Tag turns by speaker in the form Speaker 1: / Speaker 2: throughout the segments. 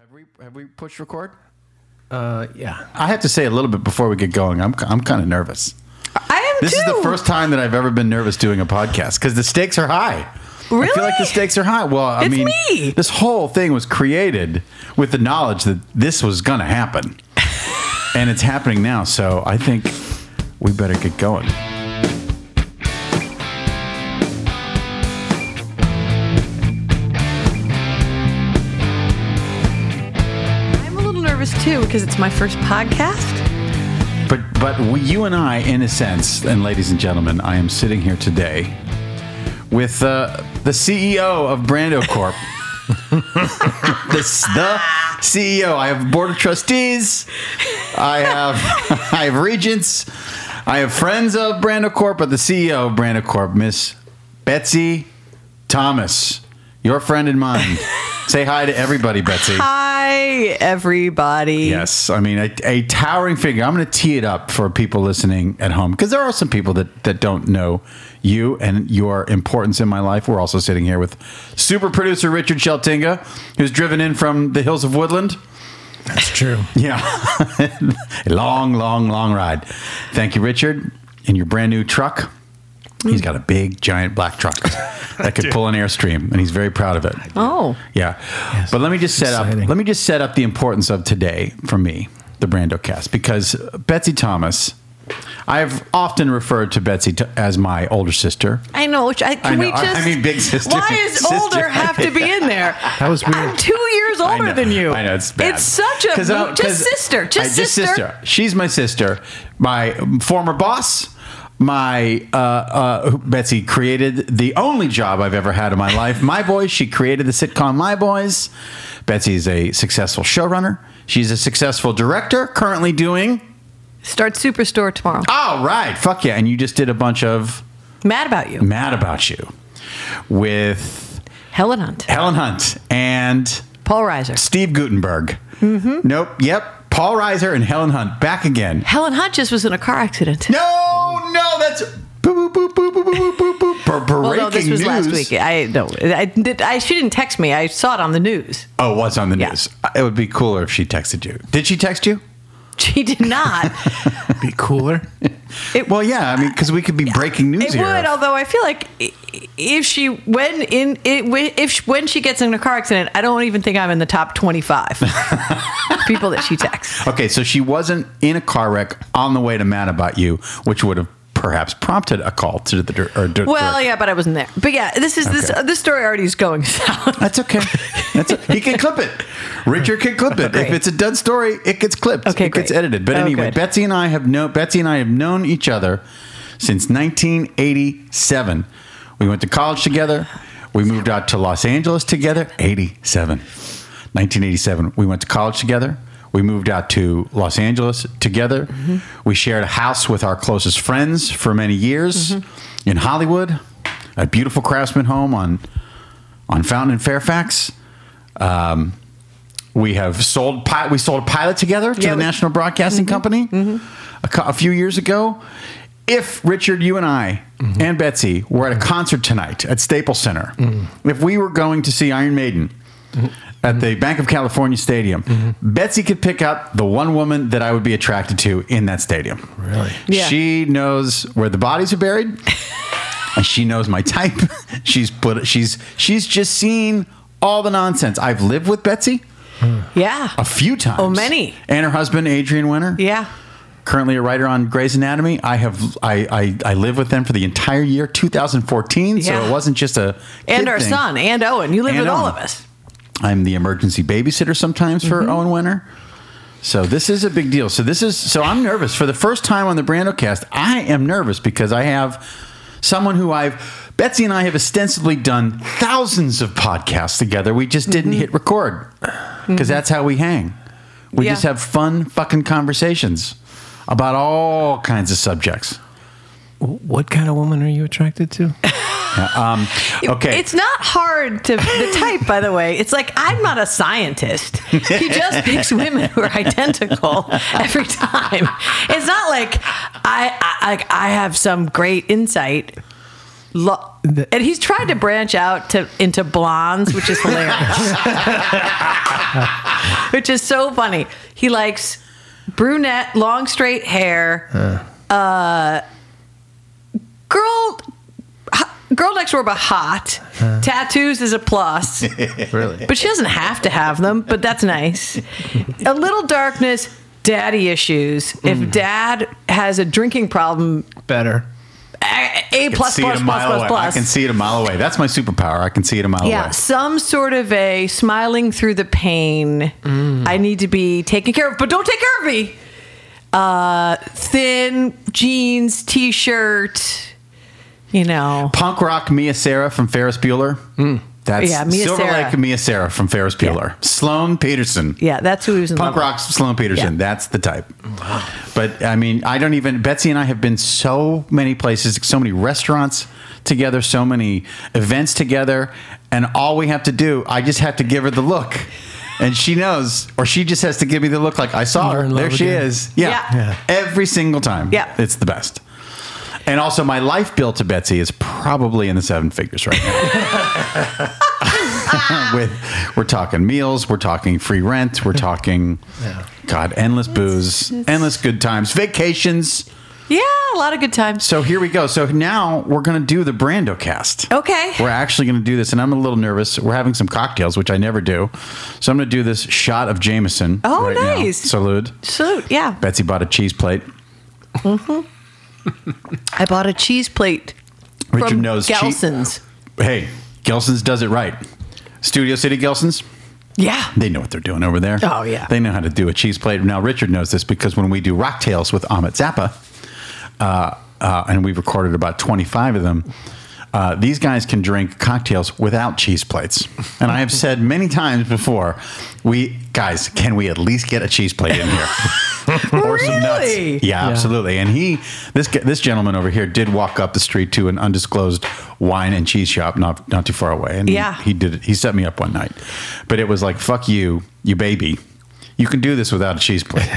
Speaker 1: Have we, have we pushed record?
Speaker 2: Uh, yeah.
Speaker 1: I have to say a little bit before we get going. I'm I'm kind of nervous.
Speaker 3: I am
Speaker 1: This
Speaker 3: too.
Speaker 1: is the first time that I've ever been nervous doing a podcast because the stakes are high. I feel like the
Speaker 3: Really?
Speaker 1: stakes are high. Well, I
Speaker 3: It's
Speaker 1: mean,
Speaker 3: me.
Speaker 1: this whole thing was created with the knowledge that this was going to happen, and it's happening now. So I think we better get going.
Speaker 3: I'm a little nervous too because it's my first podcast.
Speaker 1: But but we, you and I, in a sense, and ladies and gentlemen, I am sitting here today with uh, the CEO of Brando Corp. the, s- the CEO. I have board of trustees. I have I have regents. I have friends of Brando Corp, but the CEO of Brando Corp, Miss Betsy Thomas, your friend and mine. Say hi to everybody, Betsy.
Speaker 3: Hi, everybody.
Speaker 1: Yes, I mean a, a towering figure. I'm going to tee it up for people listening at home because there are some people that that don't know you and your importance in my life. We're also sitting here with super producer Richard Sheltinga, who's driven in from the hills of Woodland.
Speaker 2: That's true.
Speaker 1: Yeah, a long, long, long ride. Thank you, Richard, and your brand new truck. He's got a big, giant black truck that could pull an airstream, and he's very proud of it.
Speaker 3: Oh,
Speaker 1: Yeah. But let me just set
Speaker 2: Exciting.
Speaker 1: up let me just set up the importance of today for me, the Brando cast, because Betsy Thomas, I've often referred to Betsy to, as my older sister.
Speaker 3: I know. Which I, can
Speaker 1: I know,
Speaker 3: we
Speaker 1: I- I
Speaker 3: just?
Speaker 1: mean big sister,
Speaker 3: Why does
Speaker 1: sister.
Speaker 3: older have to be in there?
Speaker 2: That was
Speaker 3: I'm
Speaker 2: weird.
Speaker 3: two years
Speaker 1: I
Speaker 3: older
Speaker 1: know.
Speaker 3: than you.
Speaker 1: I know it's bad.
Speaker 3: It's such a
Speaker 1: 'Cause I-
Speaker 3: just
Speaker 1: 'cause-
Speaker 3: sister,
Speaker 1: I-
Speaker 3: just, sister.
Speaker 1: She's my sister, my former boss, my uh, uh, who- Betsy created the only job I've ever had in my life. My Boys. She created the sitcom My Boys. Betsy is a successful showrunner. She's a successful director, currently doing.
Speaker 3: Start Superstore tomorrow.
Speaker 1: All right, fuck yeah! And you just did a bunch of
Speaker 3: Mad about you,
Speaker 1: Mad About You with
Speaker 3: Helen Hunt,
Speaker 1: Helen Hunt and
Speaker 3: Paul Reiser.
Speaker 1: Steve Gutenberg. Mm-hmm. Nope. Yep. Paul Reiser and Helen Hunt back again.
Speaker 3: Helen Hunt just was in a car accident.
Speaker 1: No, no, that's boop boop boop boop boop boop boop boop. boop. Bre-
Speaker 3: well, no, this
Speaker 1: breaking
Speaker 3: was last
Speaker 1: news.
Speaker 3: week. I no, I, did, I she didn't text me. I saw it on the news.
Speaker 1: Oh, what's on the
Speaker 3: Yeah.
Speaker 1: news? It would be cooler if she texted you. Did she text you?
Speaker 3: She did not.
Speaker 2: Be cooler.
Speaker 3: It,
Speaker 1: Well, yeah. I mean, because we could be breaking news
Speaker 3: It
Speaker 1: here.
Speaker 3: would, although I feel like i- if she when in it wi- if she, when she gets in a car accident, I don't even think I'm in the top 25 people that she texts.
Speaker 1: Okay, so she wasn't in a car wreck on the way to Mad About You, which would have perhaps prompted a call to the dir- or dir-
Speaker 3: Well,
Speaker 1: director.
Speaker 3: yeah, but I wasn't there. But yeah, this is this
Speaker 1: Okay.
Speaker 3: uh, this story already is going south.
Speaker 1: That's okay. That's he can clip it. Richard can clip it.
Speaker 3: Great.
Speaker 1: If it's a dud story, it gets clipped.
Speaker 3: Okay,
Speaker 1: it gets
Speaker 3: great.
Speaker 1: edited. But
Speaker 3: Oh,
Speaker 1: anyway,
Speaker 3: good.
Speaker 1: Betsy and I have known Betsy and I have known each other since 1987. We went to college together. We moved out to Los Angeles together. 87. 1987. We went to college together. We moved out to Los Angeles together.
Speaker 3: Mm-hmm.
Speaker 1: We shared a house with our closest friends for many years
Speaker 3: Mm-hmm.
Speaker 1: in Hollywood, a beautiful craftsman home on on Fountain in Fairfax. Um, we have sold pi- we sold a pilot together to
Speaker 3: Yeah,
Speaker 1: the
Speaker 3: we- Mm-hmm.
Speaker 1: National Broadcasting Company a, cou- a few years ago. If Richard, you and I and Betsy were at a concert tonight at Staples Center, if we were going to see Iron Maiden at the Bank of California Stadium, Betsy could pick out the one woman that I would be attracted to in that stadium.
Speaker 2: Really?
Speaker 3: Yeah.
Speaker 1: She knows where the bodies are buried. And she knows my type. she's put she's she's just seen all the nonsense. I've lived with Betsy
Speaker 3: yeah.
Speaker 1: a few times.
Speaker 3: Oh, many.
Speaker 1: And her husband Adrian Winter.
Speaker 3: Yeah.
Speaker 1: Currently a writer on Grey's Anatomy. I have I I, I lived with them for the entire year 2014, so
Speaker 3: Yeah.
Speaker 1: it wasn't just a
Speaker 3: And
Speaker 1: kid
Speaker 3: our
Speaker 1: thing.
Speaker 3: son and Owen. You live
Speaker 1: And
Speaker 3: with all
Speaker 1: Owen.
Speaker 3: of us.
Speaker 1: I'm the emergency babysitter sometimes for Owen Winter. So this is a big deal. So this is so I'm nervous for the first time on the Brandocast. I am nervous because I have someone who I've Betsy and I have ostensibly done thousands of podcasts together. We just didn't hit record because that's how we hang. We
Speaker 3: Yeah.
Speaker 1: just have fun fucking conversations about all kinds of subjects.
Speaker 2: What kind of woman are you attracted to?
Speaker 1: Okay.
Speaker 3: It's not hard to the type, by the way. It's like I'm not a scientist. He just picks women who are identical every time. It's not like I, I like I have some great insight. Lo- and he's tried to branch out to into blondes, which is hilarious. which is so funny. He likes brunette, long straight hair. Uh, girl, ho- girl next door, but hot. Tattoos is a plus,
Speaker 2: Really?
Speaker 3: but she doesn't have to have them. But that's nice. A little darkness. Daddy issues.
Speaker 1: Hmm.
Speaker 3: If dad has a drinking problem,
Speaker 2: Better.
Speaker 3: a a
Speaker 1: I can
Speaker 3: plus
Speaker 1: see
Speaker 3: plus
Speaker 1: it a
Speaker 3: plus
Speaker 1: mile
Speaker 3: plus
Speaker 1: away.
Speaker 3: plus.
Speaker 1: I can see it a mile away. That's my superpower. I can see it a mile
Speaker 3: Yeah,
Speaker 1: away.
Speaker 3: some sort of a smiling through the pain.
Speaker 1: Mm.
Speaker 3: I need to be taken care of, but don't take care of me. Uh, thin jeans, t-shirt. You know,
Speaker 1: Punk rock Mia Sarah from Ferris Bueller.
Speaker 2: Hmm.
Speaker 1: That's
Speaker 3: Yeah, Mia
Speaker 1: Silver
Speaker 3: Sarah.
Speaker 1: Lake Mia Sarah from Ferris Bueller. Sloan Peterson.
Speaker 3: yeah, that's who he was in
Speaker 1: Punk
Speaker 3: love
Speaker 1: rock Sloan Peterson.
Speaker 3: Yeah.
Speaker 1: That's the type. But I mean, I don't even. Betsy and I have been so many places, so many restaurants together, so many events together, and all we have to do, I just have to give her the look, and she knows, or she just has to give me the look, like I saw
Speaker 2: You're
Speaker 1: her.
Speaker 2: in love
Speaker 1: There she
Speaker 2: again.
Speaker 1: is. Yeah.
Speaker 3: Yeah. Yeah.
Speaker 1: Every single time.
Speaker 3: Yeah.
Speaker 1: It's the best. And also, my life bill to Betsy is probably in the seven figures right now. with we're talking meals, we're talking free rent, we're talking God, endless booze, endless good times, vacations.
Speaker 3: with. Yeah, a lot of good times.
Speaker 1: So here we go. So now we're gonna do the Brando cast.
Speaker 3: Okay.
Speaker 1: We're actually gonna do this, and I'm a little nervous. We're having some cocktails, which I never do. So I'm gonna do this shot of Jameson.
Speaker 3: Oh,
Speaker 1: right now.
Speaker 3: nice.
Speaker 1: Salute.
Speaker 3: So yeah,
Speaker 1: Betsy bought a cheese plate.
Speaker 3: I bought a cheese plate
Speaker 1: Richard
Speaker 3: from
Speaker 1: knows cheese-
Speaker 3: Gelson's.
Speaker 1: Hey, Gelson's does it right. Studio City Gelson's.
Speaker 3: Yeah.
Speaker 1: They know what they're doing over there.
Speaker 3: Oh, yeah.
Speaker 1: They know how to do a cheese plate. Now, Richard knows this because when we do Rocktails with Amit Zappa, uh, uh, and we've recorded about 25 of them, uh, these guys can drink cocktails without cheese plates. And I have said many times before, we guys, can we at least get a cheese plate in here? or some nuts.
Speaker 3: Really?
Speaker 1: Yeah, absolutely. And he, this ge- this gentleman over here, did walk up the street to an undisclosed wine and cheese shop not not too far away. And he-
Speaker 3: Yeah.
Speaker 1: he, did it. He set me up one night, but it was like fuck you, you baby. You can do this without a cheese plate.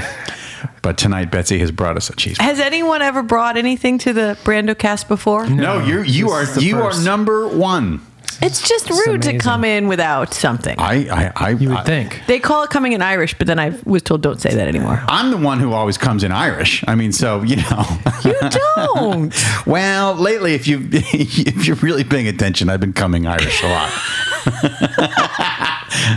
Speaker 1: but tonight, Betsy has brought us a cheese. plate.
Speaker 3: Has anyone ever brought anything to the Brando cast before?
Speaker 1: No, you you
Speaker 2: this
Speaker 1: are
Speaker 2: is the
Speaker 1: you
Speaker 2: first.
Speaker 1: are number one.
Speaker 3: It's just rude to
Speaker 2: amazing.
Speaker 3: come in without something.
Speaker 1: I I, I
Speaker 2: You
Speaker 1: I-
Speaker 2: would think.
Speaker 3: They call it coming in Irish, but then I was told don't say that anymore.
Speaker 1: I'm the one who always comes in Irish. I mean, so you know.
Speaker 3: You don't.
Speaker 1: well, lately, if you if you're really paying attention, I've been coming Irish a lot.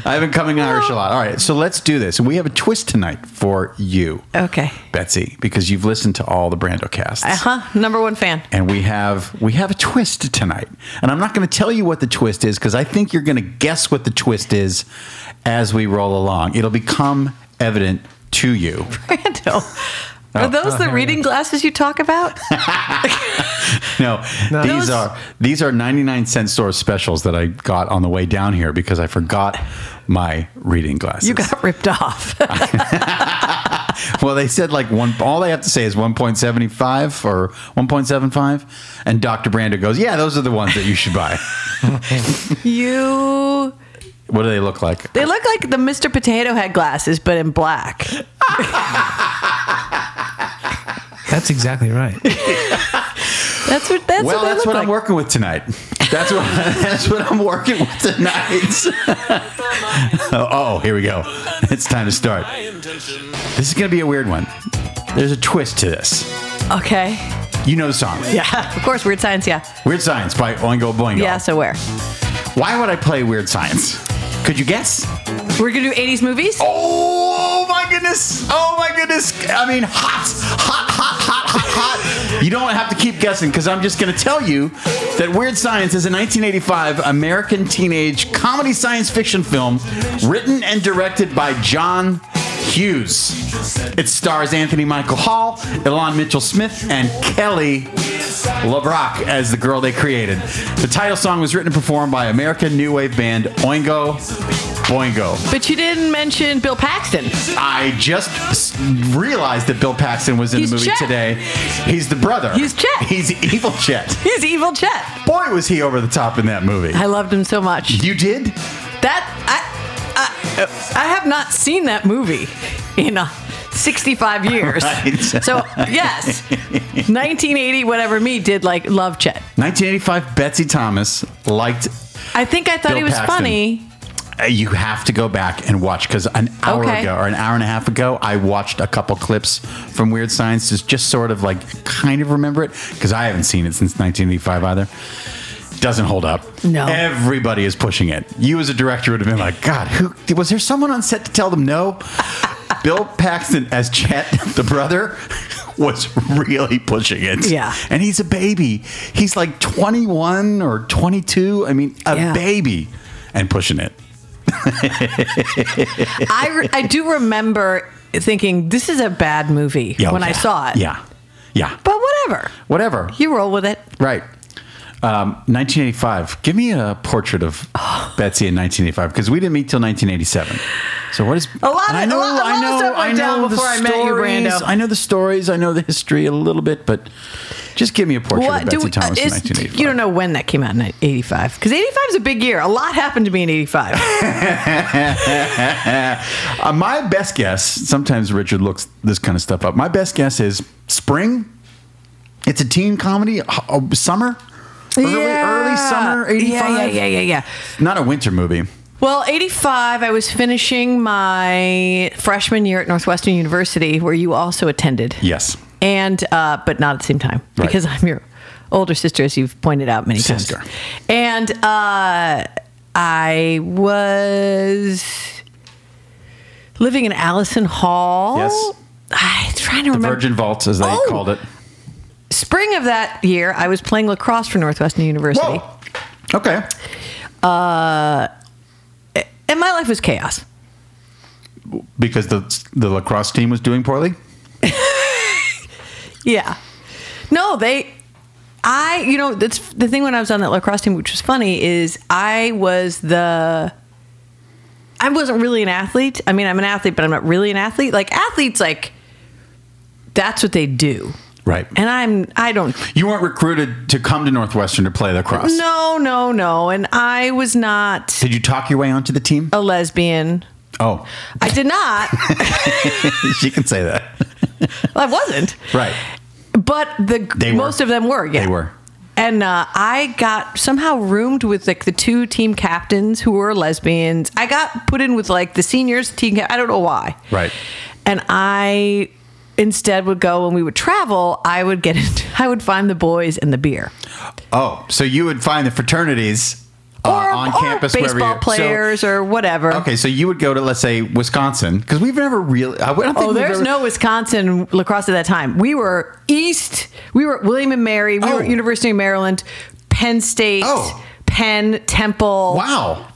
Speaker 1: I've been coming Irish a lot. All right, so let's do this. We have a twist tonight for you,
Speaker 3: Okay.
Speaker 1: Betsy, because you've listened to all the Brando casts.
Speaker 3: Uh huh. Number one fan.
Speaker 1: and we have we have a twist tonight. And I'm not going to tell you what the twist is because I think you're going to guess what the twist is as we roll along. It'll become evident to you.
Speaker 3: Brando.
Speaker 1: Oh,
Speaker 3: Are those the reading glasses you talk about?
Speaker 1: No,
Speaker 2: No.
Speaker 1: these
Speaker 3: Those-
Speaker 1: are these are 99 cent store specials that I got on the way down here because I forgot my reading glasses.
Speaker 3: You got ripped off.
Speaker 1: well, they said like one. All they have to say is 1.75 or 1.75, and Dr. Brando goes, "Yeah, those are the ones that you should buy."
Speaker 3: you.
Speaker 1: what do they look like?
Speaker 3: They look like the Mr. Potato Head glasses, but in black.
Speaker 2: That's exactly right.
Speaker 3: That's what.
Speaker 1: well,
Speaker 3: That's
Speaker 1: that's
Speaker 3: what they look
Speaker 1: what
Speaker 3: like.
Speaker 1: I'm working with tonight. That's what that's what I'm working with tonight. oh, oh, here we go. It's time to start. This is going to be a weird one. There's a twist to this.
Speaker 3: Okay.
Speaker 1: You know the song.
Speaker 3: Yeah. Of course, weird science. Yeah.
Speaker 1: Weird Science by Oingo Boingo.
Speaker 3: Yeah. So where?
Speaker 1: Why would I play Weird Science? Could you guess?
Speaker 3: We're gonna do '80s movies.
Speaker 1: Oh my goodness! Oh my goodness! I mean, hot, hot, hot, hot, hot, hot. You don't have to keep guessing because I'm just going to tell you that Weird Science is a 1985 American teenage comedy science fiction film written and directed by John Hughes. It stars Anthony Michael Hall, Elon Mitchell Smith, and Kelly LeBrock as the girl they created. The title song was written and performed by American new wave band Oingo Boingo.
Speaker 3: But you didn't mention Bill Paxton.
Speaker 1: I just s- realized that Bill Paxton was in
Speaker 3: He's
Speaker 1: the movie
Speaker 3: Chet.
Speaker 1: today. He's the brother.
Speaker 3: He's Chet.
Speaker 1: He's evil Chet.
Speaker 3: He's evil Chet.
Speaker 1: Boy, was he over the top in that movie.
Speaker 3: I loved him so much.
Speaker 1: You did?
Speaker 3: That I, I I have not seen that movie in uh, 65 years.
Speaker 1: Right.
Speaker 3: So yes, 1980 whatever me did like love Chet.
Speaker 1: 1985, Betsy Thomas liked.
Speaker 3: I think I thought
Speaker 1: Bill
Speaker 3: he was
Speaker 1: Paxton.
Speaker 3: funny.
Speaker 1: uh, you have to go back and watch because an hour
Speaker 3: Okay.
Speaker 1: ago or an hour and a half ago, I watched a couple clips from Weird Science to just sort of like kind of remember it because I haven't seen it since 1985 either. Doesn't hold up.
Speaker 3: No.
Speaker 1: Everybody is pushing it. You as a director would have been like, God, who was there someone on set to tell them no? Bill Paxton as Chet, the brother, was really pushing it.
Speaker 3: Yeah.
Speaker 1: And he's a baby. He's like 21 or 22. I mean, a
Speaker 3: Yeah.
Speaker 1: baby and pushing it.
Speaker 3: I, re- I do remember thinking this is a bad movie
Speaker 1: Yeah, oh,
Speaker 3: when I
Speaker 1: yeah.
Speaker 3: saw it.
Speaker 1: Yeah. Yeah.
Speaker 3: But whatever.
Speaker 1: Whatever.
Speaker 3: You roll with it.
Speaker 1: Right. Um, 1985. Give me a portrait of Betsy in 1985 because we didn't meet till 1987. So what is
Speaker 3: A lot of- a lot- a lot of stuff went down before I met you, Brando.
Speaker 1: I know the stories. I know the history a little bit, but just give me a portrait of Betsy
Speaker 3: do we, uh,
Speaker 1: Thomas in
Speaker 3: is-
Speaker 1: 1985.
Speaker 3: you don't know when that came out in 85 because 85 is a big year. A lot happened to me in 85.
Speaker 1: Uh, my best guess. Sometimes Richard looks this kind of stuff up. My best guess is spring. It's a teen comedy. h- uh, Summer. Early, early summer. 85.
Speaker 3: Yeah, yeah, yeah, yeah, yeah.
Speaker 1: Not a winter movie.
Speaker 3: Well, 85, I was finishing my freshman year at Northwestern University, where you also attended.
Speaker 1: Yes.
Speaker 3: And, uh, but not at the same time,
Speaker 1: Right.
Speaker 3: because I'm your older sister, as you've pointed out many
Speaker 1: Sister.
Speaker 3: times. And uh, I was living in Allison Hall.
Speaker 1: Yes.
Speaker 3: I'm trying to
Speaker 1: The
Speaker 3: remember.
Speaker 1: Virgin Vaults, as they
Speaker 3: Oh!
Speaker 1: called it.
Speaker 3: Spring of that year, I was playing lacrosse for Northwestern University.
Speaker 1: Whoa. Okay.
Speaker 3: And my life was chaos.
Speaker 1: Because the the lacrosse team was doing poorly.
Speaker 3: Yeah. No, they. I, you know, that's the thing when I was on that lacrosse team, which was funny, is I was the. I wasn't really an athlete. I mean, I'm an athlete, but I'm not really an athlete. Like athletes, like that's what they do,
Speaker 1: Right.
Speaker 3: and I'm I don't
Speaker 1: you weren't recruited to come to Northwestern to play lacrosse.
Speaker 3: no no no, and I was not
Speaker 1: Did you talk your way onto the team?
Speaker 3: a lesbian.
Speaker 1: Oh,
Speaker 3: I did not.
Speaker 1: she can say that.
Speaker 3: I wasn't.
Speaker 1: Right.
Speaker 3: But the
Speaker 1: They were.
Speaker 3: most of them were. Yeah.
Speaker 1: They were.
Speaker 3: And uh, I got somehow roomed with like the two team captains who were lesbians. I got put in with like the seniors team. Cap- I don't know why.
Speaker 1: Right.
Speaker 3: And I instead would go when we would travel. I would get. Into, I would find the boys and the beer.
Speaker 1: Oh, so you would find the fraternities uh, on
Speaker 3: or
Speaker 1: campus
Speaker 3: baseball
Speaker 1: wherever you
Speaker 3: players or whatever.
Speaker 1: So, okay, so you would go to let's say Wisconsin because we've never really. I don't think
Speaker 3: Oh,
Speaker 1: we've
Speaker 3: there's
Speaker 1: ever-
Speaker 3: no Wisconsin lacrosse at that time. We were East. We were William and Mary. We
Speaker 1: Oh.
Speaker 3: were University of Maryland, Penn State,
Speaker 1: Oh.
Speaker 3: Penn Temple.
Speaker 1: Wow.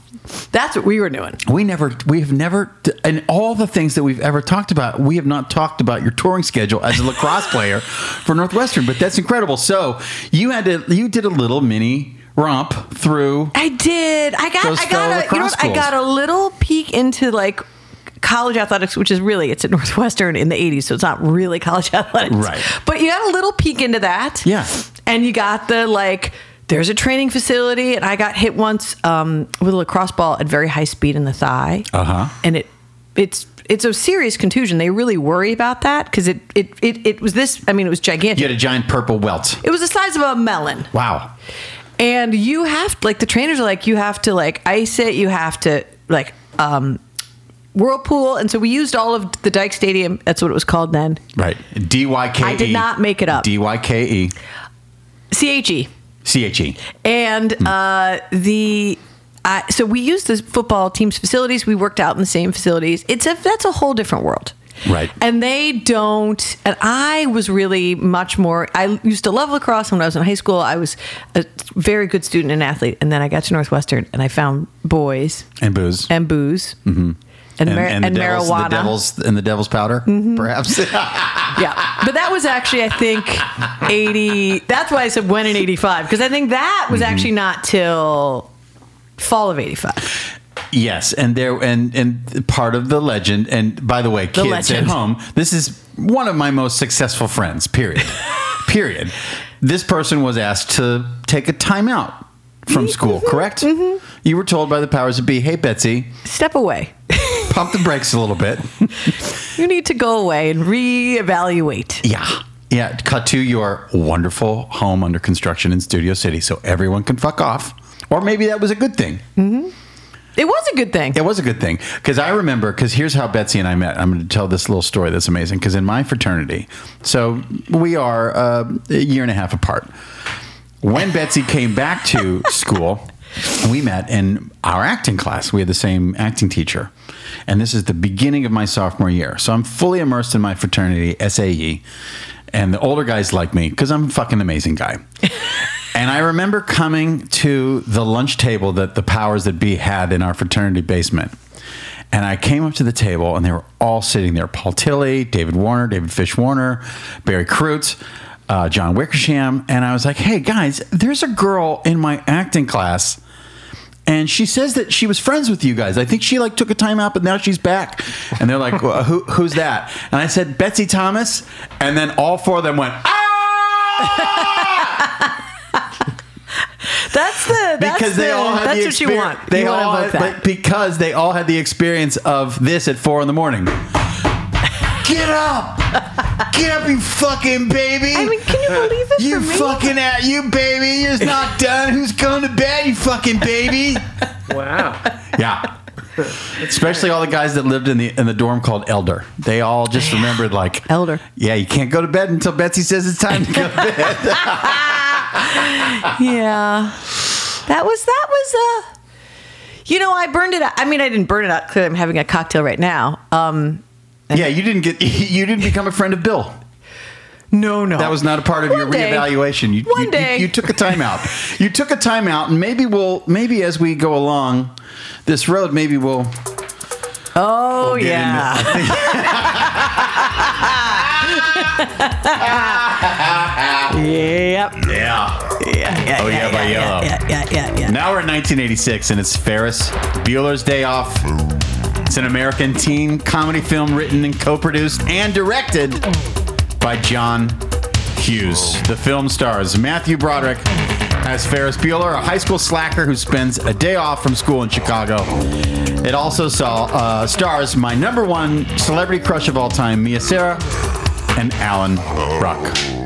Speaker 3: That's what we were doing.
Speaker 1: We never, we have never, and all the things that we've ever talked about, we have not talked about your touring schedule as a lacrosse player for Northwestern, but that's incredible. So you had to, you did a little mini romp through.
Speaker 3: I did. I got.
Speaker 1: Those
Speaker 3: I got. A,
Speaker 1: fellow
Speaker 3: you know
Speaker 1: lacrosse
Speaker 3: what? I got a little peek into like college athletics, which is really it's at Northwestern in the '80s, so it's not really college athletics,
Speaker 1: Right.
Speaker 3: But you got a little peek into that.
Speaker 1: Yeah.
Speaker 3: And you got the like. There's a training facility, and I got hit once um, with a lacrosse ball at very high speed in the thigh.
Speaker 1: Uh-huh.
Speaker 3: And it, it's it's a serious contusion. They really worry about that because it, it it it was this. I mean, it was gigantic.
Speaker 1: You had a giant purple welt.
Speaker 3: It was the size of a melon.
Speaker 1: Wow.
Speaker 3: And you have like the trainers are like you have to like ice it, you have to like um whirlpool, and so we used all of the Dyke Stadium. That's what it was called then.
Speaker 1: Right. D Y K E.
Speaker 3: I did not make it up.
Speaker 1: D Y K E
Speaker 3: C H E.
Speaker 1: C H E.
Speaker 3: And uh, the I so we used the football team's facilities. We worked out in the same facilities. It's a that's a whole different world.
Speaker 1: Right.
Speaker 3: And they don't. And I was really much more. I used to love lacrosse when I was in high school. I was a very good student and athlete. And then I got to Northwestern and I found boys
Speaker 1: And booze.
Speaker 3: and booze and, mar- and,
Speaker 1: Mm-hmm. the devil's,
Speaker 3: marijuana. Mm-hmm.
Speaker 1: The devil's, and the devil's powder, perhaps.
Speaker 3: yeah, but that was actually I think eighty. That's why I said when in eighty five because I think that
Speaker 1: Mm-hmm.
Speaker 3: was actually not till fall of eighty five.
Speaker 1: Yes, and there and and part of the legend. And by the way, kids at
Speaker 3: legend.
Speaker 1: home, this is one of my most successful friends. Period. period. This person was asked to take a timeout from school. Correct. You were told by the powers that be, "Hey Betsy,
Speaker 3: Step away.
Speaker 1: pump the brakes a little bit."
Speaker 3: You need to go away and reevaluate.
Speaker 1: yeah. Yeah, cut to your wonderful home under construction in Studio City so everyone can fuck off. Or maybe that was a good thing.
Speaker 3: It was a good thing.
Speaker 1: It was a good thing because I remember because here's how Betsy and I met. I'm going to tell this little story that's amazing because in my fraternity, so we are uh, a year and a half apart. When Betsy came back to school, we met in our acting class. We had the same acting teacher, and this is the beginning of my sophomore year. So I'm fully immersed in my fraternity, SAE, and the older guys like me because I'm a fucking amazing guy. And I remember coming to the lunch table that the powers that be had in our fraternity basement. And I came up to the table and they were all sitting there Paul Tilley, David Warner, David Fish Warner, Barry Kreutz, uh, John Wickersham. And I was like, hey guys, there's a girl in my acting class. And she says that she was friends with you guys. I think she like took a time out, but now she's back. And they're like, well, who, "Who's that?" And I said, "Betsy Thomas." And then all four of them went, "Ah!"
Speaker 3: That's the that's
Speaker 1: because they
Speaker 3: the-
Speaker 1: all had
Speaker 3: that's
Speaker 1: the
Speaker 3: what you
Speaker 1: exper-
Speaker 3: want.
Speaker 1: They
Speaker 3: you
Speaker 1: all
Speaker 3: want to
Speaker 1: had-
Speaker 3: vote that.
Speaker 1: like, because they all had the experience of this at four in the morning. Get up! Get up, you fucking baby!
Speaker 3: I mean, can you believe it
Speaker 1: You
Speaker 3: for me?
Speaker 1: fucking at you, baby! You're not done. Who's going to bed, you fucking baby?
Speaker 4: Wow.
Speaker 1: Yeah. Especially all the guys that lived in the in the dorm called Elder. They all just remembered like
Speaker 3: Elder.
Speaker 1: Yeah, you can't go to bed until Betsy says it's time to go to bed.
Speaker 3: yeah. That was that was uh you know, I burned it out. I mean, I didn't burn it out. Clearly, I'm having a cocktail right now. Um,
Speaker 1: yeah, you didn't get you didn't become a friend of Bill.
Speaker 3: no, no,
Speaker 1: That was not a part of
Speaker 3: One
Speaker 1: your
Speaker 3: day.
Speaker 1: reevaluation. You,
Speaker 3: One
Speaker 1: you,
Speaker 3: day.
Speaker 1: you, you took a timeout. you took a timeout, and maybe we'll maybe as we go along this road, maybe we'll.
Speaker 3: Oh
Speaker 1: get
Speaker 3: yeah,
Speaker 1: into-
Speaker 3: yep, yeah,
Speaker 1: yeah.
Speaker 3: yeah.
Speaker 1: Oh, yeah, by yellow.
Speaker 3: yeah, yeah, yeah, yeah.
Speaker 1: Now we're in 1986, and it's Ferris Bueller's Day Off. It's an American teen comedy film written and co-produced and directed by John Hughes. The film stars Matthew Broderick as Ferris Bueller, a high school slacker who spends a day off from school in Chicago. It also saw uh, stars my number one celebrity crush of all time, Mia Sara, and Alan Rock.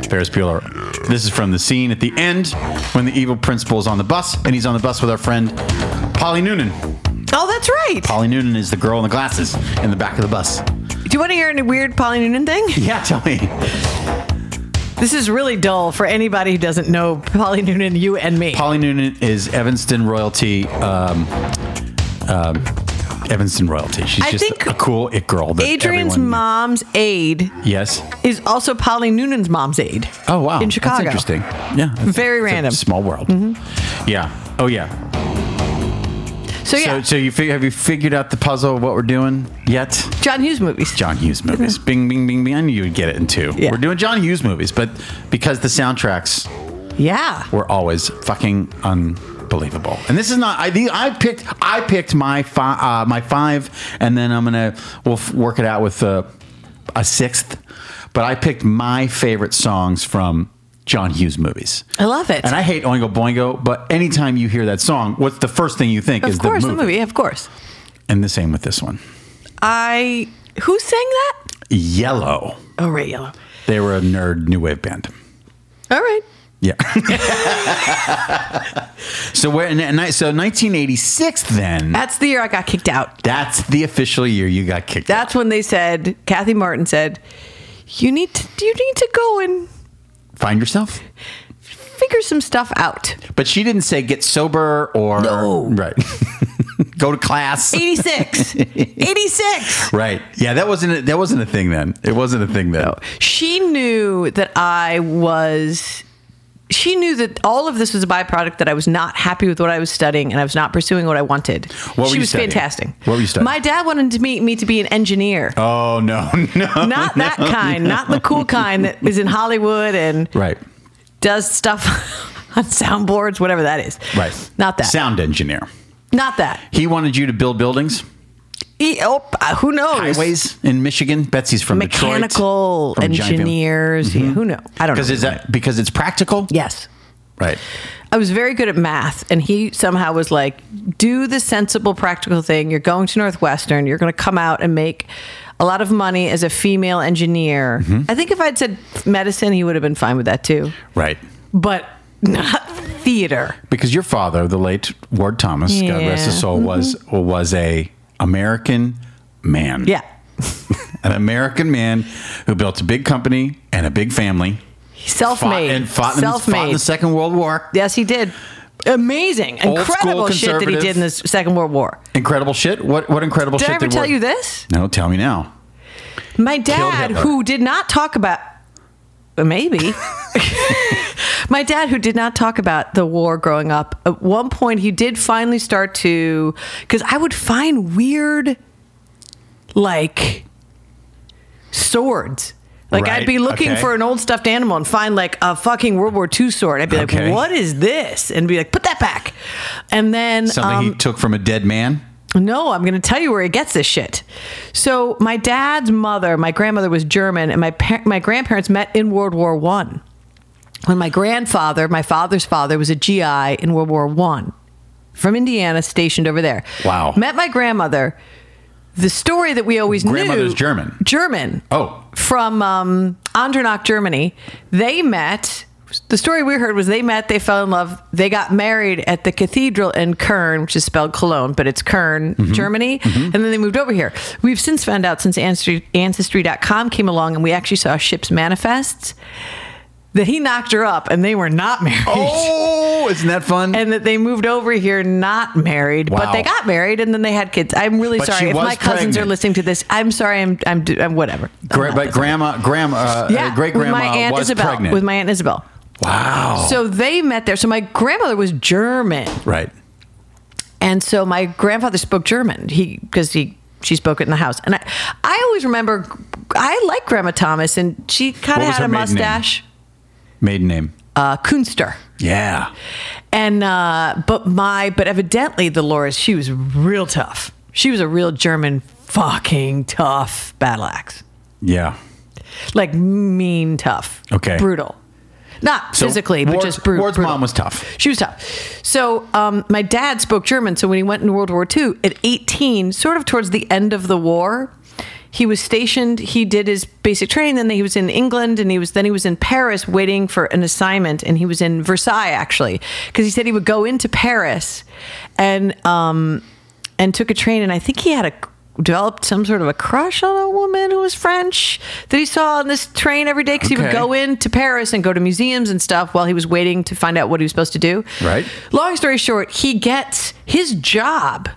Speaker 1: Ferris Bueller. This is from the scene at the end when the evil principal is on the bus, and he's on the bus with our friend Polly Noonan.
Speaker 3: Oh, that's right.
Speaker 1: Polly Noonan is the girl in the glasses in the back of the bus.
Speaker 3: Do you want to hear any weird Polly Noonan thing?
Speaker 1: Yeah, tell me.
Speaker 3: This is really dull for anybody who doesn't know Polly Noonan, you and me.
Speaker 1: Polly Noonan is Evanston royalty. Um, um, Evanston royalty. She's
Speaker 3: I
Speaker 1: just
Speaker 3: think
Speaker 1: a cool it girl. That
Speaker 3: Adrian's
Speaker 1: everyone-
Speaker 3: mom's aide
Speaker 1: Yes.
Speaker 3: is also Polly Noonan's mom's aide.
Speaker 1: Oh wow.
Speaker 3: in Chicago.
Speaker 1: That's interesting. Yeah. That's-
Speaker 3: Very
Speaker 1: it's a
Speaker 3: random.
Speaker 1: small world. Yeah. Oh yeah.
Speaker 3: So
Speaker 1: So,
Speaker 3: yeah,
Speaker 1: so you fig- have you figured out the puzzle of what we're doing yet?
Speaker 3: John Hughes movies.
Speaker 1: John Hughes movies. Bing, bing, bing, bing. I knew you'd get it in two.
Speaker 3: Yeah.
Speaker 1: We're doing John Hughes movies, but because the soundtracks
Speaker 3: Yeah.
Speaker 1: were always fucking unbelievable. And this is not. I the, I picked. I picked my five. Uh, my five, and then I'm gonna we'll f- work it out with uh, a sixth. But I picked my favorite songs from John Hughes movies.
Speaker 3: I love it.
Speaker 1: And I hate Oingo Boingo, but anytime you hear that song, what's the first thing you think
Speaker 3: Of
Speaker 1: is
Speaker 3: course,
Speaker 1: the movie.
Speaker 3: Of course.
Speaker 1: And the same with this one.
Speaker 3: I who sang that?
Speaker 1: Yellow.
Speaker 3: Oh, Ray Yellow.
Speaker 1: They were a nerd new wave band.
Speaker 3: All right.
Speaker 1: Yeah. so where and, and I- so 1986 then.
Speaker 3: That's the year I got kicked out.
Speaker 1: That's the official year you got kicked out.
Speaker 3: That's when they said Kathy Martin said, "You need to you need to go and
Speaker 1: Find yourself.
Speaker 3: figure some stuff out."
Speaker 1: But she didn't say get sober or
Speaker 3: No.
Speaker 1: right. Go to class.
Speaker 3: 86. 86.
Speaker 1: Right. Yeah, that wasn't a, that wasn't a thing then. It wasn't a thing then.
Speaker 3: She knew that I was she knew that all of this was a byproduct that I was not happy with what I was studying and I was not pursuing what I wanted.
Speaker 1: What were
Speaker 3: she
Speaker 1: you
Speaker 3: was
Speaker 1: studying?
Speaker 3: fantastic.
Speaker 1: What were you studying?
Speaker 3: My dad wanted to me, me to be an engineer.
Speaker 1: Oh no, no.
Speaker 3: not that kind, not the cool kind that is in Hollywood and
Speaker 1: Right.
Speaker 3: does stuff on soundboards, whatever that is.
Speaker 1: Right.
Speaker 3: Not that.
Speaker 1: Sound engineer.
Speaker 3: Not that.
Speaker 1: He wanted you to build buildings,
Speaker 3: E- oh, uh, who knows?
Speaker 1: highways in Michigan. Betsy's from Detroit.
Speaker 3: Mechanical
Speaker 1: From a giant family.
Speaker 3: engineers. Yeah, who knows? I don't know.
Speaker 1: Because is that because it's practical?
Speaker 3: Yes.
Speaker 1: Right.
Speaker 3: I was very good at math, and he somehow was like, "Do the sensible, practical thing. You're going to Northwestern. You're going to come out and make a lot of money as a female engineer."
Speaker 1: Mm-hmm.
Speaker 3: I think if I'd said medicine, he would have been fine with that too.
Speaker 1: Right.
Speaker 3: But not theater.
Speaker 1: because your father, the late Ward Thomas, God rest his
Speaker 3: Yeah.
Speaker 1: soul,
Speaker 3: Mm-hmm.
Speaker 1: was was a American man.
Speaker 3: Yeah.
Speaker 1: an American man who built a big company and a big family.
Speaker 3: Self
Speaker 1: Fought,
Speaker 3: made.
Speaker 1: and fought in, fought in the Second World War.
Speaker 3: Yes, he did. Amazing,
Speaker 1: Old
Speaker 3: incredible
Speaker 1: school
Speaker 3: shit that he
Speaker 1: conservative.
Speaker 3: did in the Second World War.
Speaker 1: Incredible shit. What what incredible
Speaker 3: Did
Speaker 1: shit
Speaker 3: I ever
Speaker 1: did
Speaker 3: tell
Speaker 1: Ward-
Speaker 3: you this?
Speaker 1: No, tell me now.
Speaker 3: My dad,
Speaker 1: Hitler.
Speaker 3: who did not talk about, uh, maybe. My dad, who did not talk about the war growing up, at one point he did finally start to, because I would find weird, like, swords. Like,
Speaker 1: Right,
Speaker 3: I'd be looking
Speaker 1: okay.
Speaker 3: for an old stuffed animal and find, like, a fucking World War II sword. I'd be
Speaker 1: Okay.
Speaker 3: like, what is this? And be like, put that back. And then.
Speaker 1: Something
Speaker 3: um,
Speaker 1: he took from a dead man.
Speaker 3: no, I'm going to tell you where he gets this shit. So my dad's mother, my grandmother was German, and my par- my grandparents met in World War One. When my grandfather, my father's father, was a GI in World War One, from Indiana, stationed over there.
Speaker 1: Wow.
Speaker 3: Met my grandmother. The story that we always knew.
Speaker 1: Grandmother's German.
Speaker 3: German
Speaker 1: Oh,
Speaker 3: from um, Andernach, Germany. They met. The story we heard was they met, they fell in love, they got married at the cathedral in Kern, which is spelled Cologne, but it's Kern,
Speaker 1: Mm-hmm.
Speaker 3: Germany. And then they moved over here. We've since found out since Ancestry, Ancestry.com came along and we actually saw ships manifests that he knocked her up and they were not married.
Speaker 1: oh, isn't that fun?
Speaker 3: And that they moved over here not married,
Speaker 1: Wow.
Speaker 3: but they got married and then they had kids. I'm really
Speaker 1: But she
Speaker 3: sorry if
Speaker 1: was
Speaker 3: my cousins are
Speaker 1: pregnant.
Speaker 3: listening to this. I'm sorry. I'm I'm, I'm whatever. I'm
Speaker 1: Gra-
Speaker 3: not
Speaker 1: but grandma, grandma, uh,
Speaker 3: yeah,
Speaker 1: great
Speaker 3: with my
Speaker 1: grandma
Speaker 3: aunt
Speaker 1: was
Speaker 3: Isabel.
Speaker 1: pregnant.
Speaker 3: With my aunt Isabel.
Speaker 1: wow.
Speaker 3: So they met there. So my grandmother was German,
Speaker 1: right.
Speaker 3: and so my grandfather spoke German. He because he she spoke it in the house, and I I always remember I like Grandma Thomas, and she kind
Speaker 1: What
Speaker 3: of
Speaker 1: was
Speaker 3: had
Speaker 1: her
Speaker 3: a
Speaker 1: maiden name?
Speaker 3: mustache,
Speaker 1: Maiden name.
Speaker 3: uh, Kunster.
Speaker 1: Yeah.
Speaker 3: And uh, but my but evidently Dolores, she was real tough. She was a real German fucking tough battle axe.
Speaker 1: Yeah.
Speaker 3: like mean tough.
Speaker 1: Okay.
Speaker 3: Brutal. Not
Speaker 1: So
Speaker 3: physically, but
Speaker 1: Ward's-
Speaker 3: just bru- brutal.
Speaker 1: Ward's mom was tough.
Speaker 3: She was tough. So um, my dad spoke German. So when he went into World War II at 18, sort of towards the end of the war, he was stationed. He did his basic training. Then he was in England, and he was then he was in Paris waiting for an assignment. And he was in Versailles actually, because he said he would go into Paris, and um, and took a train. And I think he had a developed some sort of a crush on a woman who was French that he saw on this train every day because he would
Speaker 1: Okay.
Speaker 3: go in into Paris and go to museums and stuff while he was waiting to find out what he was supposed to do.
Speaker 1: Right.
Speaker 3: Long story short, he gets his job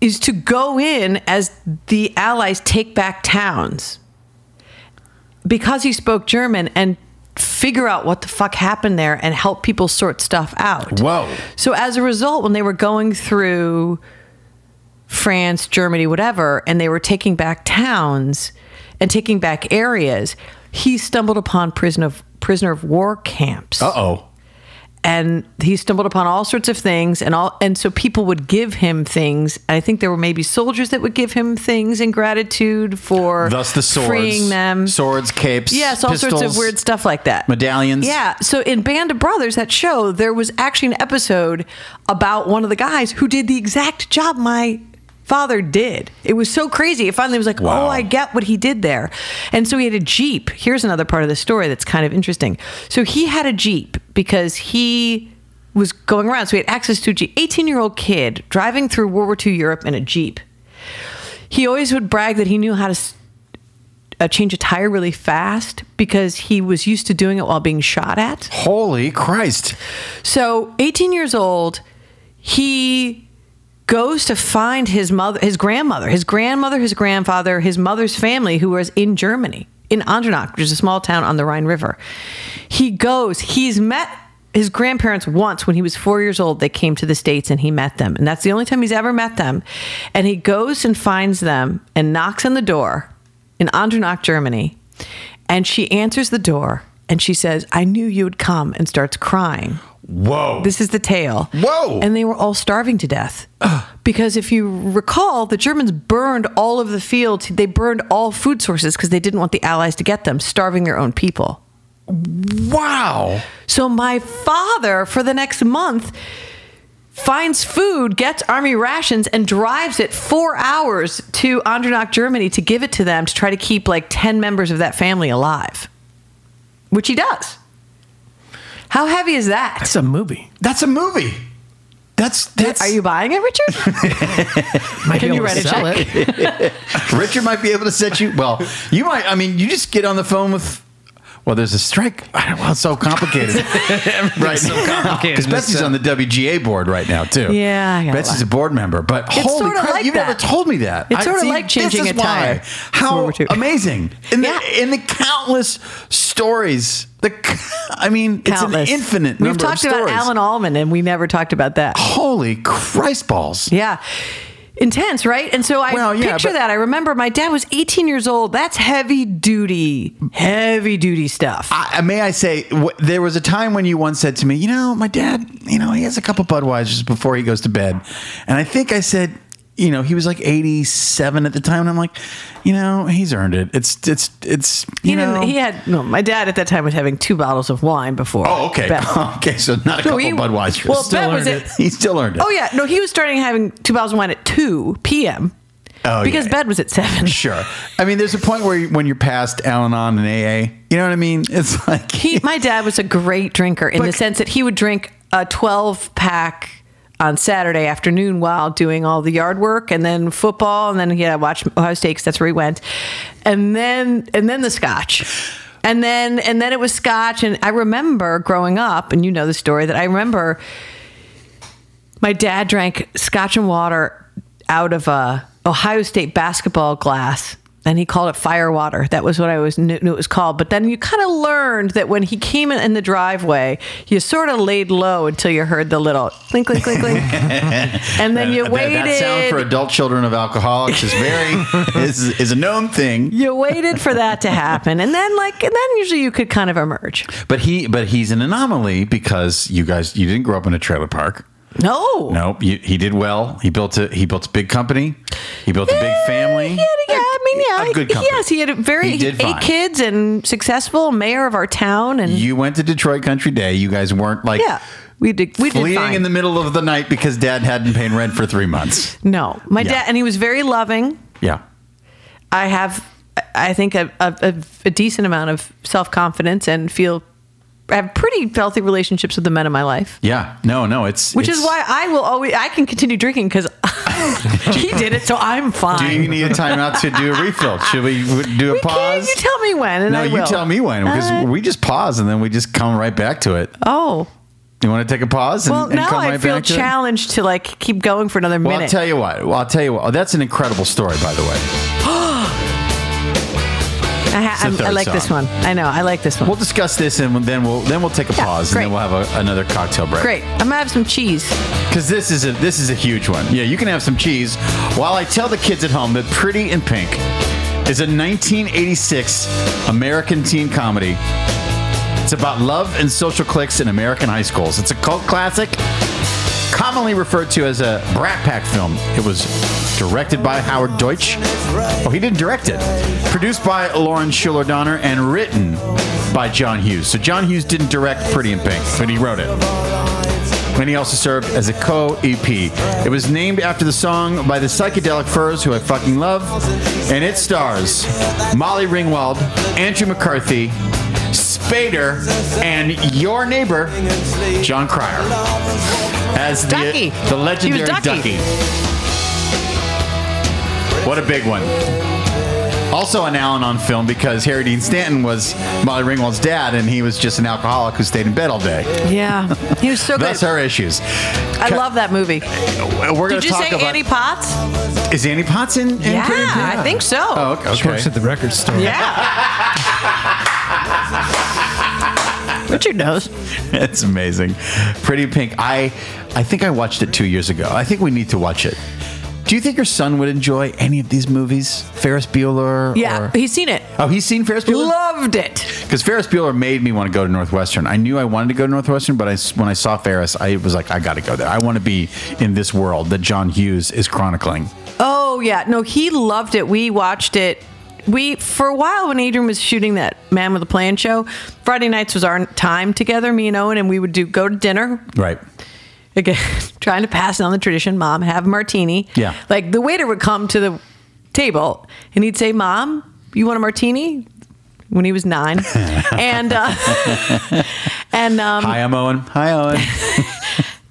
Speaker 3: is to go in as the Allies take back towns because he spoke German and figure out what the fuck happened there and help people sort stuff out.
Speaker 1: Whoa.
Speaker 3: So as a result, when they were going through France, Germany, whatever, and they were taking back towns and taking back areas, he stumbled upon prison of prisoner of war camps.
Speaker 1: Uh oh.
Speaker 3: And he stumbled upon all sorts of things and all and so people would give him things. I think there were maybe soldiers that would give him things in gratitude for
Speaker 1: Thus the swords.
Speaker 3: freeing them.
Speaker 1: Swords, capes.
Speaker 3: Yes, all sorts
Speaker 1: pistols,
Speaker 3: of weird stuff like that.
Speaker 1: Medallions.
Speaker 3: Yeah. So in Band of Brothers, that show, there was actually an episode about one of the guys who did the exact job my father did. It was so crazy. It finally was like,
Speaker 1: Wow.
Speaker 3: oh, I get what he did there. And so he had a Jeep. Here's another part of the story that's kind of interesting. So he had a Jeep because he was going around. So he had access to a Jeep. 18 year old kid driving through World War II Europe in a Jeep. He always would brag that he knew how to s- uh, change a tire really fast because he was used to doing it while being shot at.
Speaker 1: Holy Christ.
Speaker 3: So, 18 years old, he goes to find his mother, his grandmother, his grandmother, his grandfather, his mother's family, who was in Germany, in Andernach, which is a small town on the Rhine River. He goes, he's met his grandparents once when he was four years old. They came to the States and he met them. And that's the only time he's ever met them. And he goes and finds them and knocks on the door in Andernach, Germany. And she answers the door and she says, I knew you would come, and starts crying.
Speaker 1: Whoa.
Speaker 3: This is the tale.
Speaker 1: Whoa.
Speaker 3: And they were all starving to death. because if you recall, the Germans burned all of the fields. They burned all food sources because they didn't want the Allies to get them, starving their own people.
Speaker 1: wow.
Speaker 3: So my father, for the next month, finds food, gets army rations, and drives it four hours to Andernach, Germany to give it to them to try to keep like 10 members of that family alive, which he does. How heavy is that?
Speaker 2: That's a movie.
Speaker 1: That's a movie. That's that's.
Speaker 3: Are you buying it, Richard?
Speaker 2: Might
Speaker 3: Can
Speaker 2: be
Speaker 3: you
Speaker 2: able to
Speaker 3: write a
Speaker 2: sell
Speaker 3: check?
Speaker 2: it.
Speaker 1: Richard might be able to set you. Well, you might. I mean, you just get on the phone with. Well, there's a strike. I don't, well, it's so complicated right now
Speaker 2: complicated.
Speaker 1: because Betsy's
Speaker 2: It's, uh,
Speaker 1: on the WGA board right now too.
Speaker 3: Yeah, I got a
Speaker 1: Betsy's
Speaker 3: lot.
Speaker 1: a board member. But holy
Speaker 3: sorta
Speaker 1: crap,
Speaker 3: like
Speaker 1: you've never
Speaker 3: that.
Speaker 1: told me that.
Speaker 3: It's
Speaker 1: I-
Speaker 3: sorta
Speaker 1: see,
Speaker 3: like changing
Speaker 1: this is
Speaker 3: attire.
Speaker 1: Why.
Speaker 3: That's
Speaker 1: How
Speaker 3: what we're doing.
Speaker 1: amazing! In the
Speaker 3: Yeah.
Speaker 1: in the countless stories, the c- I mean, it's
Speaker 3: Countless.
Speaker 1: an infinite
Speaker 3: We've
Speaker 1: number
Speaker 3: talked
Speaker 1: of
Speaker 3: about
Speaker 1: stories.
Speaker 3: Alan Allman, and we never talked about that.
Speaker 1: Holy Christ balls!
Speaker 3: Yeah. Intense, right? And so I
Speaker 1: Well, yeah,
Speaker 3: picture
Speaker 1: but-
Speaker 3: that. I remember my dad was 18 years old. That's heavy duty, heavy duty stuff.
Speaker 1: I, I- may I say, w- there was a time when you once said to me, you know, my dad, you know, he has a couple Budweisers before he goes to bed. And I think I said, you know, he was like 87 at the time. And I'm like, you know, he's earned it. It's, it's, it's, you
Speaker 3: he
Speaker 1: know.
Speaker 3: didn't. He had no. My dad at that time was having two bottles of wine before.
Speaker 1: oh, okay.
Speaker 3: Bet-
Speaker 1: okay. So not a
Speaker 3: No,
Speaker 1: couple
Speaker 3: he-
Speaker 1: Budweisers.
Speaker 3: Well,
Speaker 2: Still
Speaker 3: Bet was
Speaker 2: earned
Speaker 3: at-
Speaker 1: he still earned it.
Speaker 3: Oh yeah, no, he was starting having two bottles of wine at two p.m.
Speaker 1: Oh,
Speaker 3: because
Speaker 1: yeah.
Speaker 3: bed was at seven.
Speaker 1: Sure. I mean, there's a point where you, when you're past Al Anon and AA, you know what I mean? It's like,
Speaker 3: He, my dad was a great drinker in the
Speaker 1: But-
Speaker 3: sense that he would drink a 12 pack on Saturday afternoon while doing all the yard work and then football and then he had to watch Ohio State 'cause that's where he went. And then and then the scotch. And then and then it was scotch and I remember growing up and you know the story that I remember my dad drank scotch and water out of a Ohio State basketball glass, and he called it fire water. That was what I always knew, knew it was called. But then you kind of learned that when he came in, in the driveway, you sort of laid low until you heard the little clink, clink, clink, clink, and then you
Speaker 1: that,
Speaker 3: waited.
Speaker 1: that sound for adult children of alcoholics is very, is, is a known thing.
Speaker 3: you waited for that to happen, and then like, and then usually you could kind of emerge.
Speaker 1: But he, but he's an anomaly because you guys, you didn't grow up in a trailer park.
Speaker 3: No,
Speaker 1: Nope. You, he did well. He built a he built a big company. He built a
Speaker 3: Yeah,
Speaker 1: big family.
Speaker 3: He had a, yeah, I mean, yeah,
Speaker 1: A good company.
Speaker 3: yes, he had a very
Speaker 1: He
Speaker 3: he
Speaker 1: did
Speaker 3: had eight
Speaker 1: fine.
Speaker 3: kids and successful mayor of our town, and
Speaker 1: You went to Detroit Country Day. You guys weren't like
Speaker 3: yeah, we did. We did
Speaker 1: fleeing
Speaker 3: fine.
Speaker 1: in the middle of the night because dad hadn't paid rent for three months.
Speaker 3: no, my
Speaker 1: Yeah.
Speaker 3: dad, and he was very loving.
Speaker 1: Yeah.
Speaker 3: I have, I think, a, a, a- a decent amount of self confidence and feel I have pretty healthy relationships with the men in my life.
Speaker 1: Yeah. No, no, it's
Speaker 3: Which
Speaker 1: it's-
Speaker 3: is why I will always I can continue drinking because he did it, so I'm
Speaker 1: Do
Speaker 3: fine.
Speaker 1: you need a timeout to do a refill? Should we w- do a
Speaker 3: We can,
Speaker 1: pause?
Speaker 3: you tell me when, and
Speaker 1: no,
Speaker 3: I
Speaker 1: you
Speaker 3: will.
Speaker 1: tell me when because
Speaker 3: Uh,
Speaker 1: we just pause and then we just come right back to it.
Speaker 3: Oh,
Speaker 1: You want to take a pause and,
Speaker 3: well,
Speaker 1: and
Speaker 3: now
Speaker 1: come
Speaker 3: I
Speaker 1: right
Speaker 3: feel
Speaker 1: back to it?
Speaker 3: challenged to like keep going for another
Speaker 1: Well, I'll
Speaker 3: minute.
Speaker 1: tell you what. Well, I'll tell you what. Oh, that's an incredible story, by the way.
Speaker 3: I, ha-
Speaker 1: the
Speaker 3: I'm- I
Speaker 1: third
Speaker 3: like this
Speaker 1: song.
Speaker 3: one. I know. I like this one.
Speaker 1: We'll discuss this and then we'll then we'll take a
Speaker 3: Yeah,
Speaker 1: pause and then
Speaker 3: great.
Speaker 1: we'll have a, another cocktail break.
Speaker 3: Great. I'm gonna have some cheese.
Speaker 1: Because this is a this is a huge one. Yeah, you can have some cheese. While I tell the kids at home that Pretty in Pink is a 1986 American teen comedy. It's about love and social cliques in American high schools. It's a cult classic, commonly referred to as a Brat Pack film. It was directed by Howard Deutsch. Oh, he didn't direct it. Produced by Lauren Schuler Donner and written by John Hughes. So John Hughes didn't direct Pretty in Pink, but he wrote it and he also served as a co-EP. It was named after the song by the Psychedelic Furs, who I fucking love, and it stars Molly Ringwald, Andrew McCarthy, Spader, and your neighbor, John Cryer, as the,
Speaker 3: Ducky.
Speaker 1: the legendary
Speaker 3: He was
Speaker 1: Ducky.
Speaker 3: Ducky.
Speaker 1: What a big one. Also an Al-Anon film because Harry Dean Stanton was Molly Ringwald's dad, and he was just an alcoholic who stayed in bed all day.
Speaker 3: Yeah, he was so good.
Speaker 1: That's her issues.
Speaker 3: I love that movie.
Speaker 1: We're going
Speaker 3: Did
Speaker 1: to
Speaker 3: you
Speaker 1: talk
Speaker 3: say
Speaker 1: about.
Speaker 3: Annie Potts?
Speaker 1: Is Annie Potts in? in
Speaker 3: Yeah,
Speaker 1: Pretty in Pink?
Speaker 3: I think so.
Speaker 1: Oh, okay.
Speaker 2: She works
Speaker 1: okay.
Speaker 2: at the record store.
Speaker 3: Yeah. Richard knows.
Speaker 1: That's amazing. Pretty in Pink. I, I think I watched it two years ago. I think we need to watch it. Do you think your son would enjoy any of these movies? Ferris Bueller.
Speaker 3: Yeah,
Speaker 1: or-
Speaker 3: he's seen it.
Speaker 1: oh, he's seen Ferris Bueller.
Speaker 3: Loved it.
Speaker 1: Because Ferris Bueller made me want to go to Northwestern. I knew I wanted to go to Northwestern, but I s when I saw Ferris, I was like, I got to go there. I want to be in this world that John Hughes is chronicling.
Speaker 3: Oh yeah, no, he loved it. We watched it. We for a while when Adrian was shooting that Man with a Plan show, Friday nights was our time together, me and Owen, and we would do go to dinner,
Speaker 1: Right.
Speaker 3: again, trying to pass down the tradition, mom, have a martini.
Speaker 1: Yeah.
Speaker 3: Like the waiter would come to the table and he'd say, Mom, you want a martini? When he was nine. and, uh, And um,
Speaker 1: Hi, I'm Owen. Hi, Owen.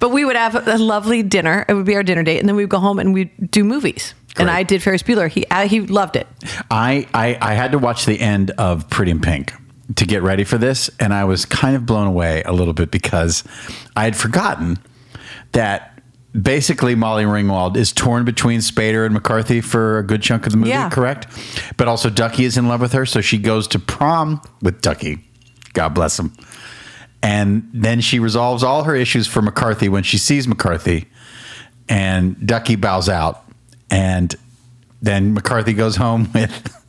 Speaker 3: but we would have a lovely dinner. It would be our dinner date, and then we'd go home and we'd do movies. And
Speaker 1: Great.
Speaker 3: I did Ferris Bueller. He I, he loved it.
Speaker 1: I, I I had to watch the end of Pretty in Pink to get ready for this, and I was kind of blown away a little bit because I had forgotten that basically Molly Ringwald is torn between Spader and McCarthy for a good chunk of the movie,
Speaker 3: Yeah.
Speaker 1: correct? But also Ducky is in love with her, so she goes to prom with Ducky. God bless him. And then she resolves all her issues for McCarthy when she sees McCarthy and Ducky bows out, and then McCarthy goes home with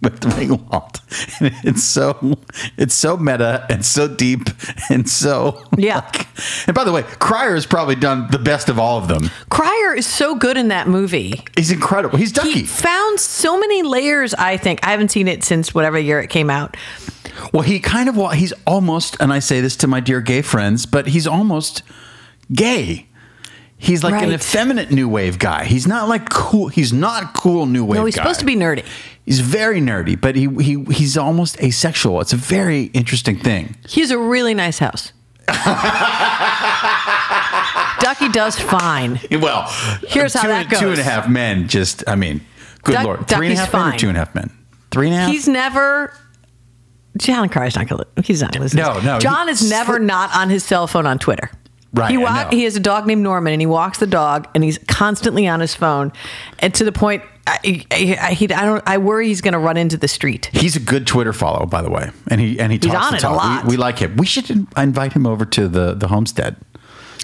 Speaker 1: with Ringwald. And it's so it's so meta and so deep and so
Speaker 3: Yeah.
Speaker 1: like- and by the way, Cryer has probably done the best of all of them.
Speaker 3: Cryer is so good in that movie.
Speaker 1: He's incredible. He's Ducky.
Speaker 3: He found so many layers. I think I haven't seen it since whatever year it came out.
Speaker 1: well, he kind of wa- he's almost, and I say this to my dear gay friends, but he's almost gay. He's like an
Speaker 3: Right.
Speaker 1: effeminate new wave guy. He's not like cool. He's not cool new wave.
Speaker 3: No, he's
Speaker 1: guy.
Speaker 3: supposed to be nerdy.
Speaker 1: He's very nerdy, but he, he he's almost asexual. It's a very interesting thing.
Speaker 3: He has a really nice house. Ducky does fine.
Speaker 1: Well,
Speaker 3: Here's
Speaker 1: two
Speaker 3: how
Speaker 1: and-
Speaker 3: that
Speaker 1: Two and
Speaker 3: goes.
Speaker 1: a half men. Just I mean, good
Speaker 3: Duck-
Speaker 1: lord, three and a
Speaker 3: Ducky's
Speaker 1: half men or
Speaker 3: fine.
Speaker 1: two and a half men. Three and a half.
Speaker 3: He's never. John Cryer's not gonna. He's not listening.
Speaker 1: No, no,
Speaker 3: John
Speaker 1: he-
Speaker 3: is never not on his cell phone on Twitter.
Speaker 1: Right,
Speaker 3: He
Speaker 1: I
Speaker 3: wa-
Speaker 1: know.
Speaker 3: he has a dog named Norman, and he walks the dog, and he's constantly on his phone, and to the point, I, I, I, he, I don't. I worry he's gonna run into the street.
Speaker 1: He's a good Twitter follow, by the way, and he and he talks
Speaker 3: on
Speaker 1: the
Speaker 3: it a
Speaker 1: talk.
Speaker 3: lot.
Speaker 1: We, we like him. We should in- invite him over to the the homestead.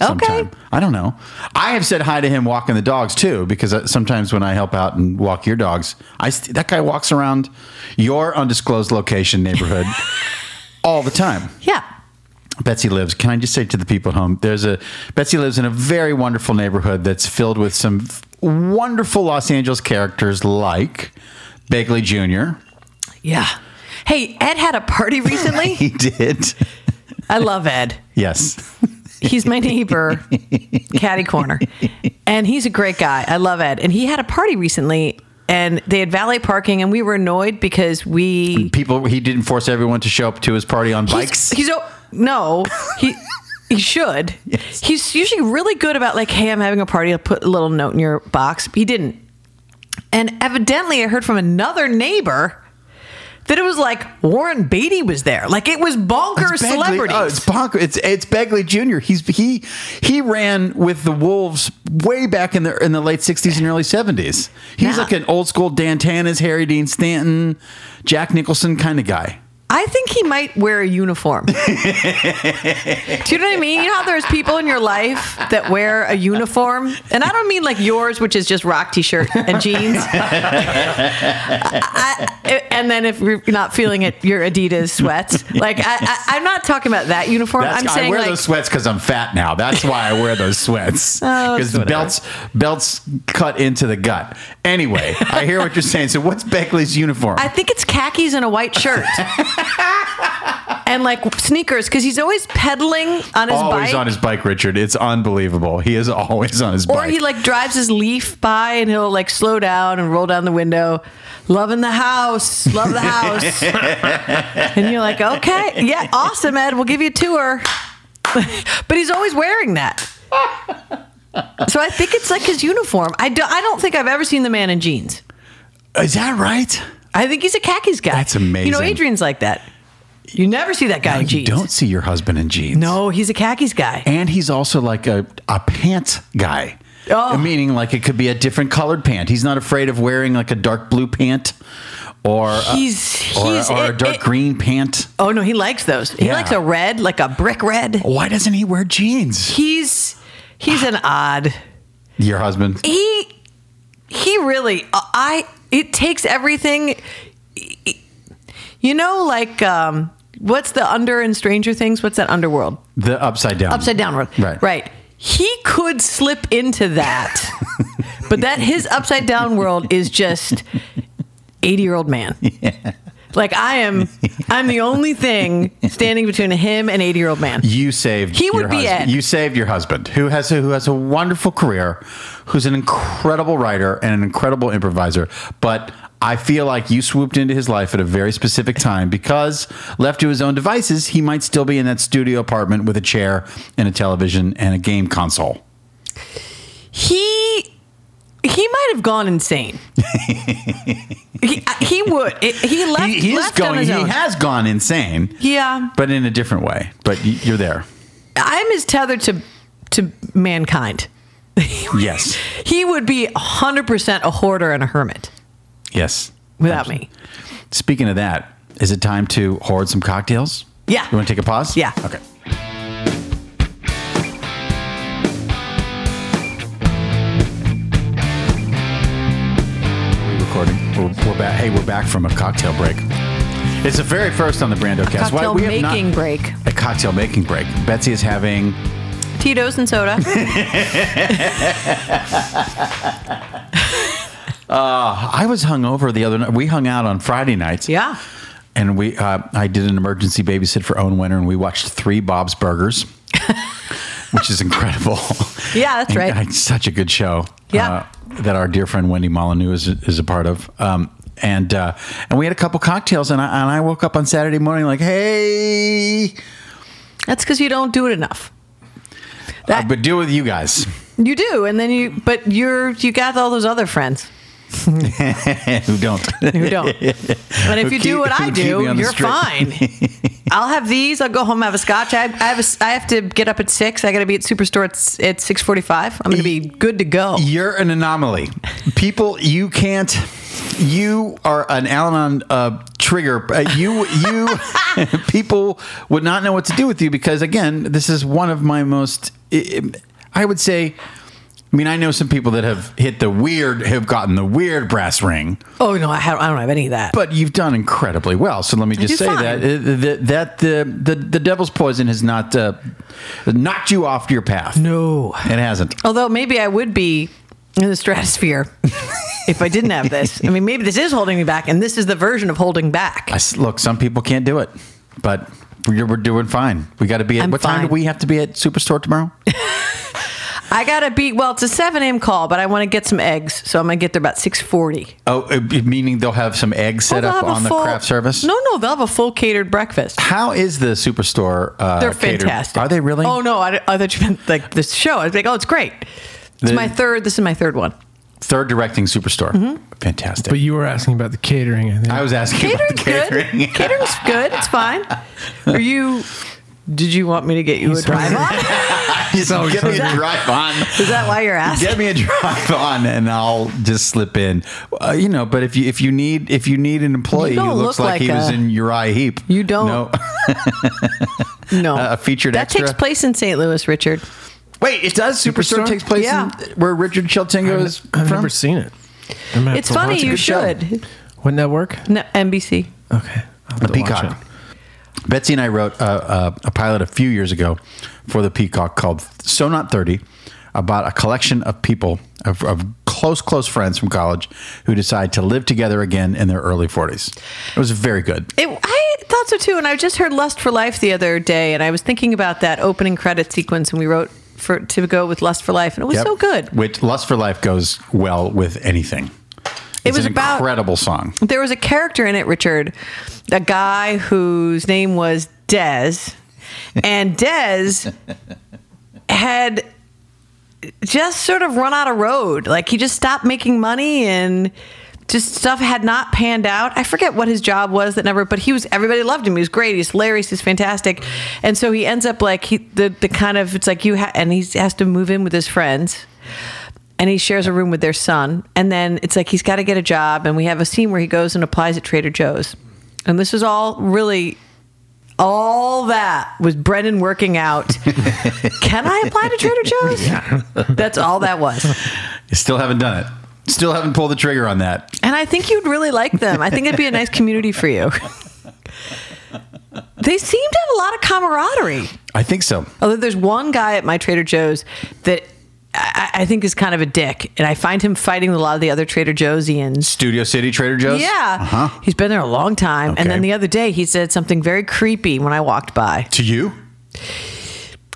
Speaker 3: Okay.
Speaker 1: Sometime. I don't know. I have said hi to him walking the dogs too, because uh, sometimes when I help out and walk your dogs, I st- that guy walks around your undisclosed location neighborhood all the time.
Speaker 3: Yeah.
Speaker 1: Betsy lives. Can I just say to the people at home, there's a Betsy lives in a very wonderful neighborhood that's filled with some f- wonderful Los Angeles characters like Bagley Jr.
Speaker 3: Yeah. Hey, Ed had a party recently.
Speaker 1: He did.
Speaker 3: I love Ed.
Speaker 1: Yes.
Speaker 3: He's my neighbor, Caddy Corner, and he's a great guy. I love Ed. And he had a party recently, and they had valet parking, and we were annoyed because we
Speaker 1: People he didn't force everyone to show up to his party on bikes.
Speaker 3: He's, he's o- no, he he should. He's usually really good about like, hey, I'm having a party. I'll put a little note in your box. He didn't, and evidently, I heard from another neighbor. That it was like Warren Beatty was there. Like it was bonkers
Speaker 1: It's Bagley-
Speaker 3: celebrities.
Speaker 1: Oh, it's bonkers. It's it's Bagley Jr. He's he he ran with the Wolves way back in the in the late sixties and early seventies. He's
Speaker 3: Now-
Speaker 1: like an old school Dan Tanis, Harry Dean Stanton, Jack Nicholson kind of guy.
Speaker 3: I think he might wear a uniform. Do you know what I mean? You know how there's people in your life that wear a uniform? And I don't mean like yours, which is just rock t shirt and jeans. I, I- and then if you're not feeling it, your Adidas sweats. Like, I, I, I'm not talking about that uniform.
Speaker 1: That's,
Speaker 3: I'm
Speaker 1: I
Speaker 3: saying
Speaker 1: wear
Speaker 3: like, Oh,
Speaker 1: those sweats because I'm fat now. That's why I wear those sweats because the belts belts cut into the gut. Anyway, I hear what you're saying. So what's Beckley's uniform?
Speaker 3: I think it's khakis and a white shirt. and like sneakers, because he's always pedaling on his
Speaker 1: always
Speaker 3: bike.
Speaker 1: on his bike, Richard. It's unbelievable. He is always on his
Speaker 3: Or
Speaker 1: bike.
Speaker 3: he like drives his leaf by and he'll like slow down and roll down the window. Loving the house, love the house. and you're like, okay, yeah, awesome, Ed. We'll give you a tour. but he's always wearing that. So I think it's like his uniform. I, do, I don't think I've ever seen the man in jeans.
Speaker 1: is that right?
Speaker 3: I think he's a khakis guy.
Speaker 1: That's
Speaker 3: You know,
Speaker 1: amazing.
Speaker 3: Adrian's like that. You never see that guy in
Speaker 1: You
Speaker 3: jeans.
Speaker 1: don't see your husband in jeans.
Speaker 3: No, he's a khakis guy.
Speaker 1: and he's also like a, a pant guy.
Speaker 3: Oh.
Speaker 1: Meaning, like, it could be a different colored pant. He's not afraid of wearing like a dark blue pant or, a-
Speaker 3: He's
Speaker 1: uh, or,
Speaker 3: he's
Speaker 1: or a
Speaker 3: it-
Speaker 1: dark
Speaker 3: it-
Speaker 1: green pant.
Speaker 3: Oh no, he likes those. He
Speaker 1: Yeah.
Speaker 3: likes a red, like a brick red.
Speaker 1: Why doesn't he wear jeans?
Speaker 3: he's he's an odd
Speaker 1: Your husband.
Speaker 3: he he really uh, i it takes everything you know like um what's the under in stranger things what's that underworld
Speaker 1: The upside down.
Speaker 3: upside down world
Speaker 1: Right.
Speaker 3: right he could slip into that but that his upside down world is just 80 year old man Like I am, I'm the only thing standing between him and 80 year old man.
Speaker 1: You saved.
Speaker 3: He would
Speaker 1: your
Speaker 3: be
Speaker 1: husband.
Speaker 3: it.
Speaker 1: You saved your husband, who has a, who has a wonderful career, who's an incredible writer and an incredible improviser. But I feel like you swooped into his life at a very specific time because, left to his own devices, he might still be in that studio apartment with a chair and a television and a game console.
Speaker 3: He he might have gone insane. he, uh, he would. He left.
Speaker 1: He, he is
Speaker 3: left On
Speaker 1: going.
Speaker 3: his
Speaker 1: He
Speaker 3: own.
Speaker 1: has gone insane.
Speaker 3: Yeah.
Speaker 1: but in a different way. But y- you're there.
Speaker 3: I'm as tethered to to mankind.
Speaker 1: Yes.
Speaker 3: He would be 100% a hoarder and a hermit
Speaker 1: Yes.
Speaker 3: without me.
Speaker 1: Speaking of that, is it time to hoard some cocktails?
Speaker 3: Yeah.
Speaker 1: You want to take a pause?
Speaker 3: Yeah.
Speaker 1: Okay. We're recording. We're, we're back. Hey, we're back from a cocktail break. It's the very first on the Brando cast. Why-
Speaker 3: Cocktail
Speaker 1: we have not-
Speaker 3: making break.
Speaker 1: A cocktail making break. Betsy is having
Speaker 3: Tito's and soda.
Speaker 1: I was hungover the other night. We hung out on Friday nights.
Speaker 3: Yeah.
Speaker 1: And we, uh, I did an emergency babysit for Owen Winter, and we watched three Bob's Burgers, which is incredible.
Speaker 3: Yeah, that's
Speaker 1: And,
Speaker 3: right.
Speaker 1: uh, it's such a good show. uh,
Speaker 3: Yeah.
Speaker 1: that our dear friend Wendy Molyneux is, is a part of. Um, and uh, and we had a couple cocktails, and I, and I woke up on Saturday morning like, hey,
Speaker 3: That's because you don't do it enough. That-
Speaker 1: I've been dealing with you guys.
Speaker 3: You do, and then you, but you're, you got all those other friends
Speaker 1: Who don't?
Speaker 3: who don't. But if
Speaker 1: Who
Speaker 3: you do
Speaker 1: keep-
Speaker 3: what I
Speaker 1: who keep me
Speaker 3: do,
Speaker 1: on the
Speaker 3: you're
Speaker 1: straight-
Speaker 3: fine. I'll have these. I'll go home. Have a scotch. I, I have. A, s- I have to get up at six. I got to be at Superstore at, s- at six forty-five. I'm going to be good to go.
Speaker 1: You're an anomaly. People, you can't. You are an Al-Anon uh, trigger. Uh, you, you, people would not know what to do with you because, again, this is one of my most. I I would say. I mean, I know some people that have hit the weird, have gotten the weird brass ring,
Speaker 3: Oh no, I, have, I don't have any of that.
Speaker 1: but you've done incredibly well. So let me just
Speaker 3: do
Speaker 1: say
Speaker 3: fine.
Speaker 1: that uh, that, that the, the the devil's poison has not uh, knocked you off your path.
Speaker 3: no.
Speaker 1: it hasn't.
Speaker 3: Although maybe I would be in the stratosphere if I didn't have this. I mean, maybe this is holding me back, and this is the version of holding back.
Speaker 1: I s look, some people can't do it, but we're, we're doing fine. We got to be at
Speaker 3: I'm
Speaker 1: what time
Speaker 3: fine.
Speaker 1: do we have to be at Superstore tomorrow?
Speaker 3: I gotta be well. It's a seven a.m. call, but I want to get some eggs, so I'm gonna get there about six forty.
Speaker 1: oh, uh, meaning they'll have some eggs set up on the craft service.
Speaker 3: No, no, they'll have a full catered breakfast.
Speaker 1: How is the Superstore? Uh,
Speaker 3: They're
Speaker 1: catered-
Speaker 3: fantastic.
Speaker 1: Are they really?
Speaker 3: Oh no, I, I thought you meant like this show. I was like, oh, it's great. It's
Speaker 1: The-
Speaker 3: my third. This is my third one.
Speaker 1: Third directing Superstore.
Speaker 3: Mm-hmm.
Speaker 1: Fantastic.
Speaker 2: But you were asking about the catering. I think.
Speaker 1: I was asking about the
Speaker 3: Catering's
Speaker 1: catering.
Speaker 3: good. Catering's good. It's fine. Are you? Did you want me to get you a
Speaker 2: He's hungry.
Speaker 3: drive on?
Speaker 1: Just
Speaker 2: always
Speaker 1: get me a
Speaker 2: something.
Speaker 1: drive on.
Speaker 3: Is that why you're asking?
Speaker 1: Get me a drive on, and I'll just slip in. Uh, you know, but if you if you need if you need an employee
Speaker 3: You
Speaker 1: who
Speaker 3: don't
Speaker 1: looks
Speaker 3: look
Speaker 1: like, he
Speaker 3: like
Speaker 1: was
Speaker 3: a-
Speaker 1: in Uriah Heap,
Speaker 3: You don't.
Speaker 1: No,
Speaker 3: No,
Speaker 1: a featured
Speaker 3: that
Speaker 1: extra?
Speaker 3: takes place in St. Louis, Richard.
Speaker 1: Wait, it does. Superstore,
Speaker 2: Superstore?
Speaker 1: takes place
Speaker 3: Yeah.
Speaker 1: in where Richard Sheltingo is
Speaker 2: I've, I've
Speaker 1: from.
Speaker 2: never seen it.
Speaker 3: It's funny. You
Speaker 1: good show.
Speaker 3: should.
Speaker 2: What network?
Speaker 3: No, NBC.
Speaker 2: Okay. I'll have
Speaker 1: the
Speaker 2: to watch
Speaker 1: Peacock. Betsy and I wrote a, a, a pilot a few years ago for the Peacock called So Not 30 about a collection of people, of, of close, close friends from college who decide to live together again in their early 40s. It was very good.
Speaker 3: It, I thought so too, and I just heard "Lust for Life" the other day, and I was thinking about that opening credit sequence, and we wrote for to go with "Lust for Life," and it was
Speaker 1: Yep.
Speaker 3: so good.
Speaker 1: Which Lust for Life goes well with anything.
Speaker 3: It
Speaker 1: It's
Speaker 3: was
Speaker 1: an
Speaker 3: about-
Speaker 1: incredible song.
Speaker 3: There was a character in it, Richard, a guy whose name was Dez, and Dez had just sort of run out of road. Like he just stopped making money and just stuff had not panned out. I forget what his job was that never, but he was everybody loved him. He was great. He's hilarious. He's fantastic. And so he ends up like he the the kind of it's like you ha- and he has to move in with his friends. And he shares a room with their son. And then it's like he's got to get a job. And we have a scene where he goes and applies at Trader Joe's. And this is all really all that was Brendan working out. Can I apply to Trader Joe's? That's all that was.
Speaker 1: Still haven't done it. Still haven't pulled the trigger on that.
Speaker 3: And I think you'd really like them. I think it'd be a nice community for you. They seem to have a lot of camaraderie.
Speaker 1: I think so.
Speaker 3: Although there's one guy at my Trader Joe's that I, I think is kind of a dick, and I find him fighting a lot of the other Trader Joe'sians.
Speaker 1: Studio City Trader Joe's?
Speaker 3: Yeah,
Speaker 1: Uh-huh.
Speaker 3: he's been there a long time.
Speaker 1: Okay.
Speaker 3: And then the other day, he said something very creepy when I walked by.
Speaker 1: To you?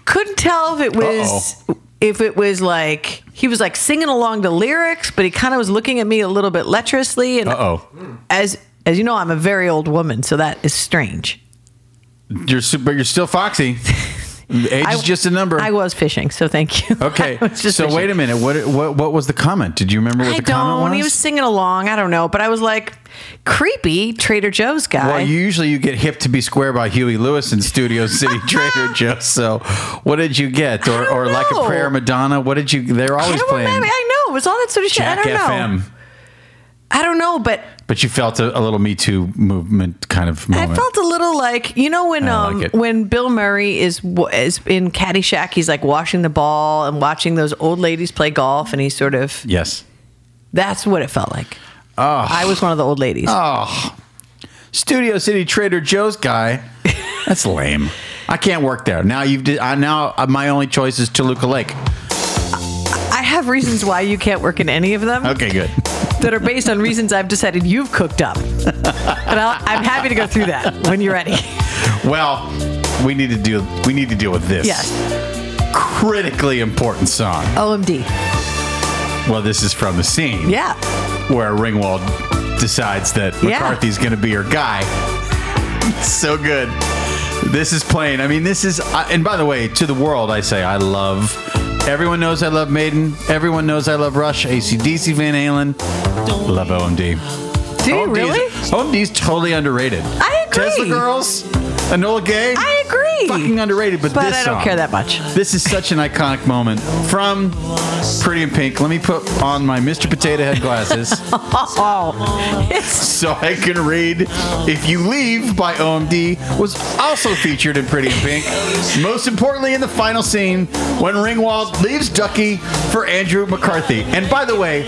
Speaker 3: Couldn't tell if it was if it was like he was like singing along to lyrics, but he kind of was looking at me a little bit lecherously. And
Speaker 1: Uh-oh.
Speaker 3: as as you know, I'm a very old woman, so that is strange.
Speaker 1: You're super, you're still foxy. Age
Speaker 3: I-
Speaker 1: is just a number.
Speaker 3: I was fishing, so thank you.
Speaker 1: okay.
Speaker 3: I was just
Speaker 1: So
Speaker 3: fishing.
Speaker 1: wait a minute. What what what was the comment? Did you remember what
Speaker 3: I
Speaker 1: the comment
Speaker 3: don't.
Speaker 1: was?
Speaker 3: He was singing along. I don't know, but I was like, creepy Trader Joe's guy.
Speaker 1: well, usually you get hip to be square by Huey Lewis in Studio City Trader Joe's. So, what did you get? Or,
Speaker 3: don't
Speaker 1: or like a
Speaker 3: know.
Speaker 1: prayer Madonna? What did you? They're
Speaker 3: I
Speaker 1: always
Speaker 3: don't
Speaker 1: playing
Speaker 3: remember. I know it was all that sort of shit.
Speaker 1: Jack
Speaker 3: I don't
Speaker 1: FM.
Speaker 3: know. I don't know, but
Speaker 1: But you felt a, a little Me Too movement kind of moment.
Speaker 3: I felt a little like you know when
Speaker 1: I like
Speaker 3: um
Speaker 1: it.
Speaker 3: when Bill Murray is wa- is in Caddyshack, he's like washing the ball and watching those old ladies play golf, and he's sort of
Speaker 1: yes.
Speaker 3: that's what it felt like. Oh,
Speaker 1: Ah.
Speaker 3: I was one of the old ladies.
Speaker 1: Oh, Studio City Trader Joe's guy. That's lame. I can't work there. Now you've did, I, now uh, my only choice is Toluca Lake.
Speaker 3: I have reasons why you can't work in any of them.
Speaker 1: Okay, good.
Speaker 3: that are based on reasons I've decided you've cooked up. and I'll, I'm happy to go through that when you're ready.
Speaker 1: Well, we need to deal we need to deal with this.
Speaker 3: Yes.
Speaker 1: Critically important song.
Speaker 3: OMD.
Speaker 1: Well, this is from the scene.
Speaker 3: Yeah.
Speaker 1: Where Ringwald decides that
Speaker 3: Yeah.
Speaker 1: McCarthy's going to be her guy. so good. This is plain. I mean, this is, I- and by the way, to the world, I say I love. Everyone knows I love Maiden. Everyone knows I love Rush, ACDC, Van Halen. Love OMD.
Speaker 3: Do you
Speaker 1: OMD
Speaker 3: really?
Speaker 1: Is, OMD's totally underrated.
Speaker 3: I agree.
Speaker 1: Tesla Girls, Anola Gay.
Speaker 3: I agree.
Speaker 1: Fucking underrated, but,
Speaker 3: but
Speaker 1: this
Speaker 3: I don't
Speaker 1: song-
Speaker 3: care that much.
Speaker 1: This is such an iconic moment from Pretty in Pink. Let me put on my Mr. Potato Head glasses
Speaker 3: Oh, it's
Speaker 1: so I can read. If You Leave by OMD was also featured in Pretty in Pink. Most importantly, in the final scene when Ringwald leaves Ducky for Andrew McCarthy. And by the way,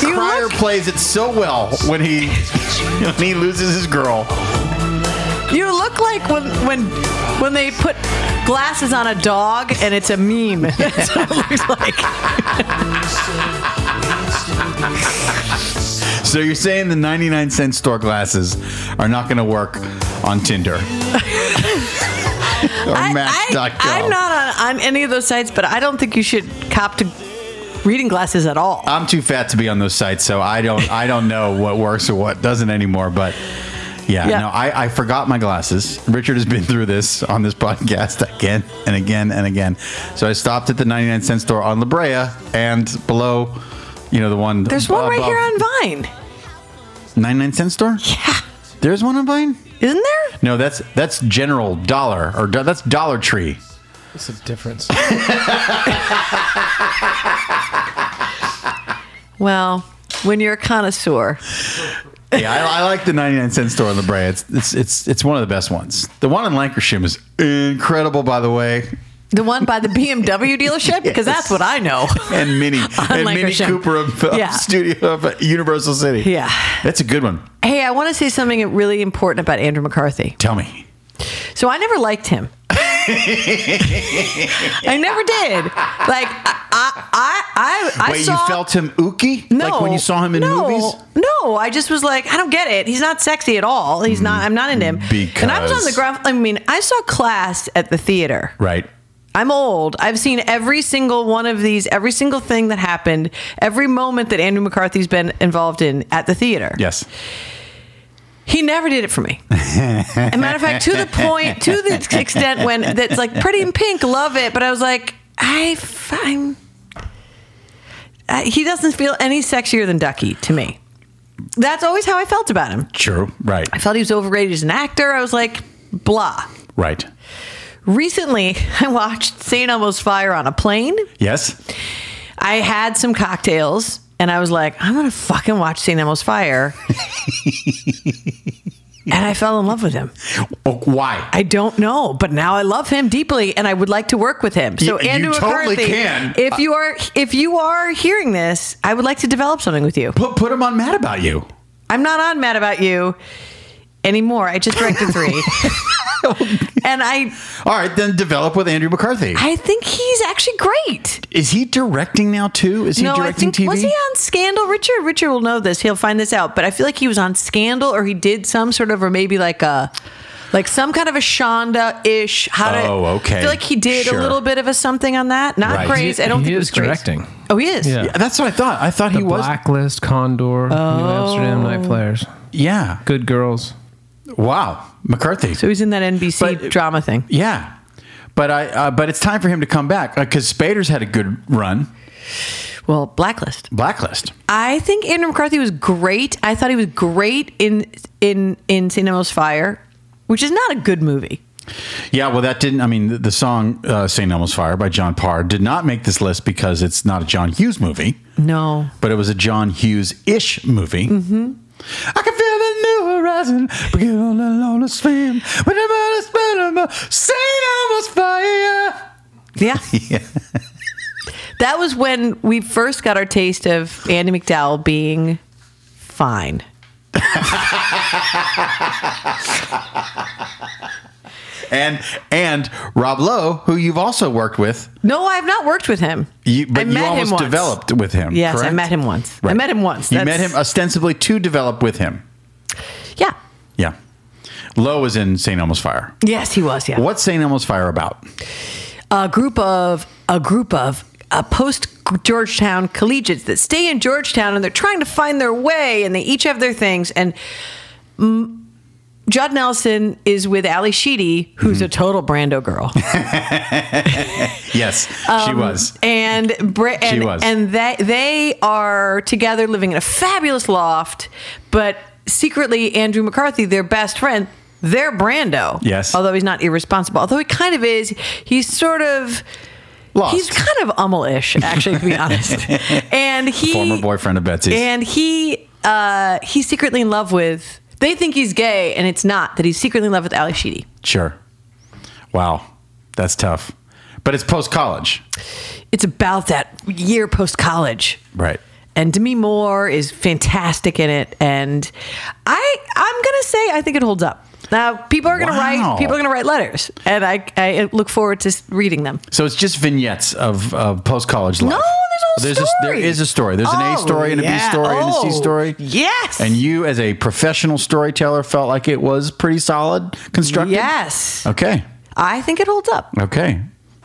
Speaker 3: you
Speaker 1: Pryor
Speaker 3: look,
Speaker 1: plays it so well when he when he loses his girl.
Speaker 3: you look like when when when they put glasses on a dog and it's a meme. That's what it looks like.
Speaker 1: So you're saying the 99 cent store glasses are not going to work on Tinder or Match.com?
Speaker 3: I, am not on, on any of those sites, but I don't think you should cop to reading glasses at all.
Speaker 1: I'm too fat to be on those sites, so I don't I don't know what works or what doesn't anymore. But yeah,
Speaker 3: Yeah.
Speaker 1: no, I, I forgot my glasses. Richard has been through this on this podcast again and again and again. So I stopped at the 99 cent store on La Brea and below, you know, the one.
Speaker 3: There's one right here on Vine,
Speaker 1: 99 cent store. Yeah, there's one on Vine.
Speaker 3: isn't there?
Speaker 1: No, that's that's General Dollar or do- that's Dollar Tree.
Speaker 2: What's the difference?
Speaker 3: Well, when you're a connoisseur.
Speaker 1: Yeah, I, I like the 99 cent store in La Brea. It's, it's it's it's one of the best ones. The one in Lancashire is incredible, by the way.
Speaker 3: The one by the BMW dealership? Because
Speaker 1: Yes.
Speaker 3: that's what I know.
Speaker 1: and Mini and Mini
Speaker 3: Lancashire.
Speaker 1: Cooper of, of
Speaker 3: Yeah.
Speaker 1: Studio of Universal City.
Speaker 3: Yeah.
Speaker 1: that's a good one.
Speaker 3: Hey, I want to say something really important about Andrew McCarthy.
Speaker 1: Tell me,
Speaker 3: So I never liked him. I never did. Like I, I, I, I
Speaker 1: wait,
Speaker 3: saw.
Speaker 1: you felt him ooky?
Speaker 3: no,
Speaker 1: like when you saw him in
Speaker 3: no,
Speaker 1: movies.
Speaker 3: No, I just was like, I don't get it. He's not sexy at all. He's not. I'm not into him. and I was on
Speaker 1: Because-
Speaker 3: the ground. I mean, I saw Class at the theater.
Speaker 1: Right.
Speaker 3: I'm old. I've seen every single one of these, every single thing that happened, every moment that Andrew McCarthy's been involved in at the theater.
Speaker 1: Yes.
Speaker 3: He never did it for me. As a matter of fact, to the point, to the extent when that's like pretty in pink, love it. But I was like, I, I'm, I, he doesn't feel any sexier than Ducky to me. That's always how I felt about him.
Speaker 1: True. Right.
Speaker 3: I felt he was overrated as an actor. I was like, blah.
Speaker 1: Right.
Speaker 3: Recently, I watched St. Elmo's Fire on a plane.
Speaker 1: Yes.
Speaker 3: I had some cocktails and I was like, I'm gonna fucking watch St. Elmo's Fire. and I fell in love with him.
Speaker 1: Oh, why?
Speaker 3: I don't know, but now I love him deeply and I would like to work with him. So
Speaker 1: You- you
Speaker 3: Andrew
Speaker 1: totally
Speaker 3: McCarthy,
Speaker 1: can.
Speaker 3: if you are if you are hearing this, I would like to develop something with you.
Speaker 1: Put put him on Mad About You.
Speaker 3: I'm not on mad about you. anymore. I just directed three.
Speaker 1: Oh,
Speaker 3: and I
Speaker 1: All right, then develop with Andrew McCarthy.
Speaker 3: I think he's actually great.
Speaker 1: Is he directing now too? Is he
Speaker 3: no, I
Speaker 1: directing
Speaker 3: think
Speaker 1: TV?
Speaker 3: was he on Scandal? Richard Richard will know this. He'll find this out. But I feel like he was on Scandal or he did some sort of or maybe like a like some kind of a Shonda ish. How to,
Speaker 1: Oh, okay.
Speaker 3: I feel like he did
Speaker 1: Sure.
Speaker 3: a little bit of a something on that. Not
Speaker 1: Right.
Speaker 3: Grace. I don't
Speaker 2: he
Speaker 3: think it
Speaker 2: is
Speaker 3: was Grace.
Speaker 2: directing.
Speaker 3: Oh, he is.
Speaker 2: Yeah.
Speaker 1: Yeah, that's what I thought. I thought
Speaker 2: The
Speaker 1: he was.
Speaker 2: Blacklist, Condor, New
Speaker 3: Oh.
Speaker 2: Amsterdam, Night Flyers,
Speaker 1: Yeah.
Speaker 2: Good Girls.
Speaker 1: Wow, McCarthy.
Speaker 3: So he's in that NBC
Speaker 1: But-
Speaker 3: drama thing.
Speaker 1: yeah, but I. Uh, but it's time for him to come back because Spader's had a good run.
Speaker 3: Well, Blacklist.
Speaker 1: Blacklist.
Speaker 3: I think Andrew McCarthy was great. I thought he was great in in in St. Elmo's Fire, which is not a good movie.
Speaker 1: Yeah, well, that didn't. I mean, the, the song uh, "St. Elmo's Fire" by John Parr did not make this list because it's not a John Hughes movie,
Speaker 3: No.
Speaker 1: but it was a John Hughes-ish movie. Mm-hmm. I can feel the new horizon, but get on the loneliest fame. Whenever I spend a St. Elmo's Fire.
Speaker 3: Yeah. that was when we first got our taste of Andy McDowell being fine.
Speaker 1: And and Rob Lowe, who you've also worked with,
Speaker 3: No, I've not worked with him.
Speaker 1: you, but
Speaker 3: I
Speaker 1: you
Speaker 3: met him
Speaker 1: almost
Speaker 3: once.
Speaker 1: developed with him.
Speaker 3: Yes,
Speaker 1: correct?
Speaker 3: I met him once. I
Speaker 1: Right.
Speaker 3: met him once.
Speaker 1: You met
Speaker 3: That's-
Speaker 1: him ostensibly to develop with him.
Speaker 3: Yeah.
Speaker 1: Yeah. Lowe was in St. Elmo's Fire.
Speaker 3: Yes, he was. Yeah.
Speaker 1: What's St. Elmo's Fire about?
Speaker 3: a group of a group of uh, post Georgetown collegiates that stay in Georgetown and they're trying to find their way and they each have their things and mm, Judd Nelson is with Ali Sheedy who's
Speaker 1: Mm-hmm.
Speaker 3: a total Brando girl
Speaker 1: Yes,
Speaker 3: Um,
Speaker 1: she was.
Speaker 3: and Bra- and,
Speaker 1: was.
Speaker 3: and they they are together living in a fabulous loft but secretly Andrew McCarthy their best friend they're Brando
Speaker 1: Yes.
Speaker 3: although he's not irresponsible although he kind of is he's sort of
Speaker 1: Lost.
Speaker 3: He's kind of ummelish, actually, to be honest. And he
Speaker 1: Former boyfriend of Betsy's.
Speaker 3: and he uh, he's secretly in love with. They think he's gay, and it's not. That he's secretly in love with Ali Sheedy.
Speaker 1: sure. Wow. That's tough. But it's post college.
Speaker 3: It's about that year post college,
Speaker 1: Right.
Speaker 3: and Demi Moore is fantastic in it. And I I'm gonna say I think it holds up. Now people are gonna
Speaker 1: Wow.
Speaker 3: write people are gonna write letters, and I I look forward to s- reading them.
Speaker 1: So it's just vignettes of, of post college life.
Speaker 3: No, there's a whole
Speaker 1: A, there
Speaker 3: story.
Speaker 1: is a story. There's an A
Speaker 3: Oh,
Speaker 1: story and a B
Speaker 3: yeah.
Speaker 1: story and a C
Speaker 3: Oh,
Speaker 1: story.
Speaker 3: yes.
Speaker 1: And you, as a professional storyteller, felt like it was pretty solid constructed.
Speaker 3: Yes,
Speaker 1: Okay.
Speaker 3: I think it holds up.
Speaker 1: Okay.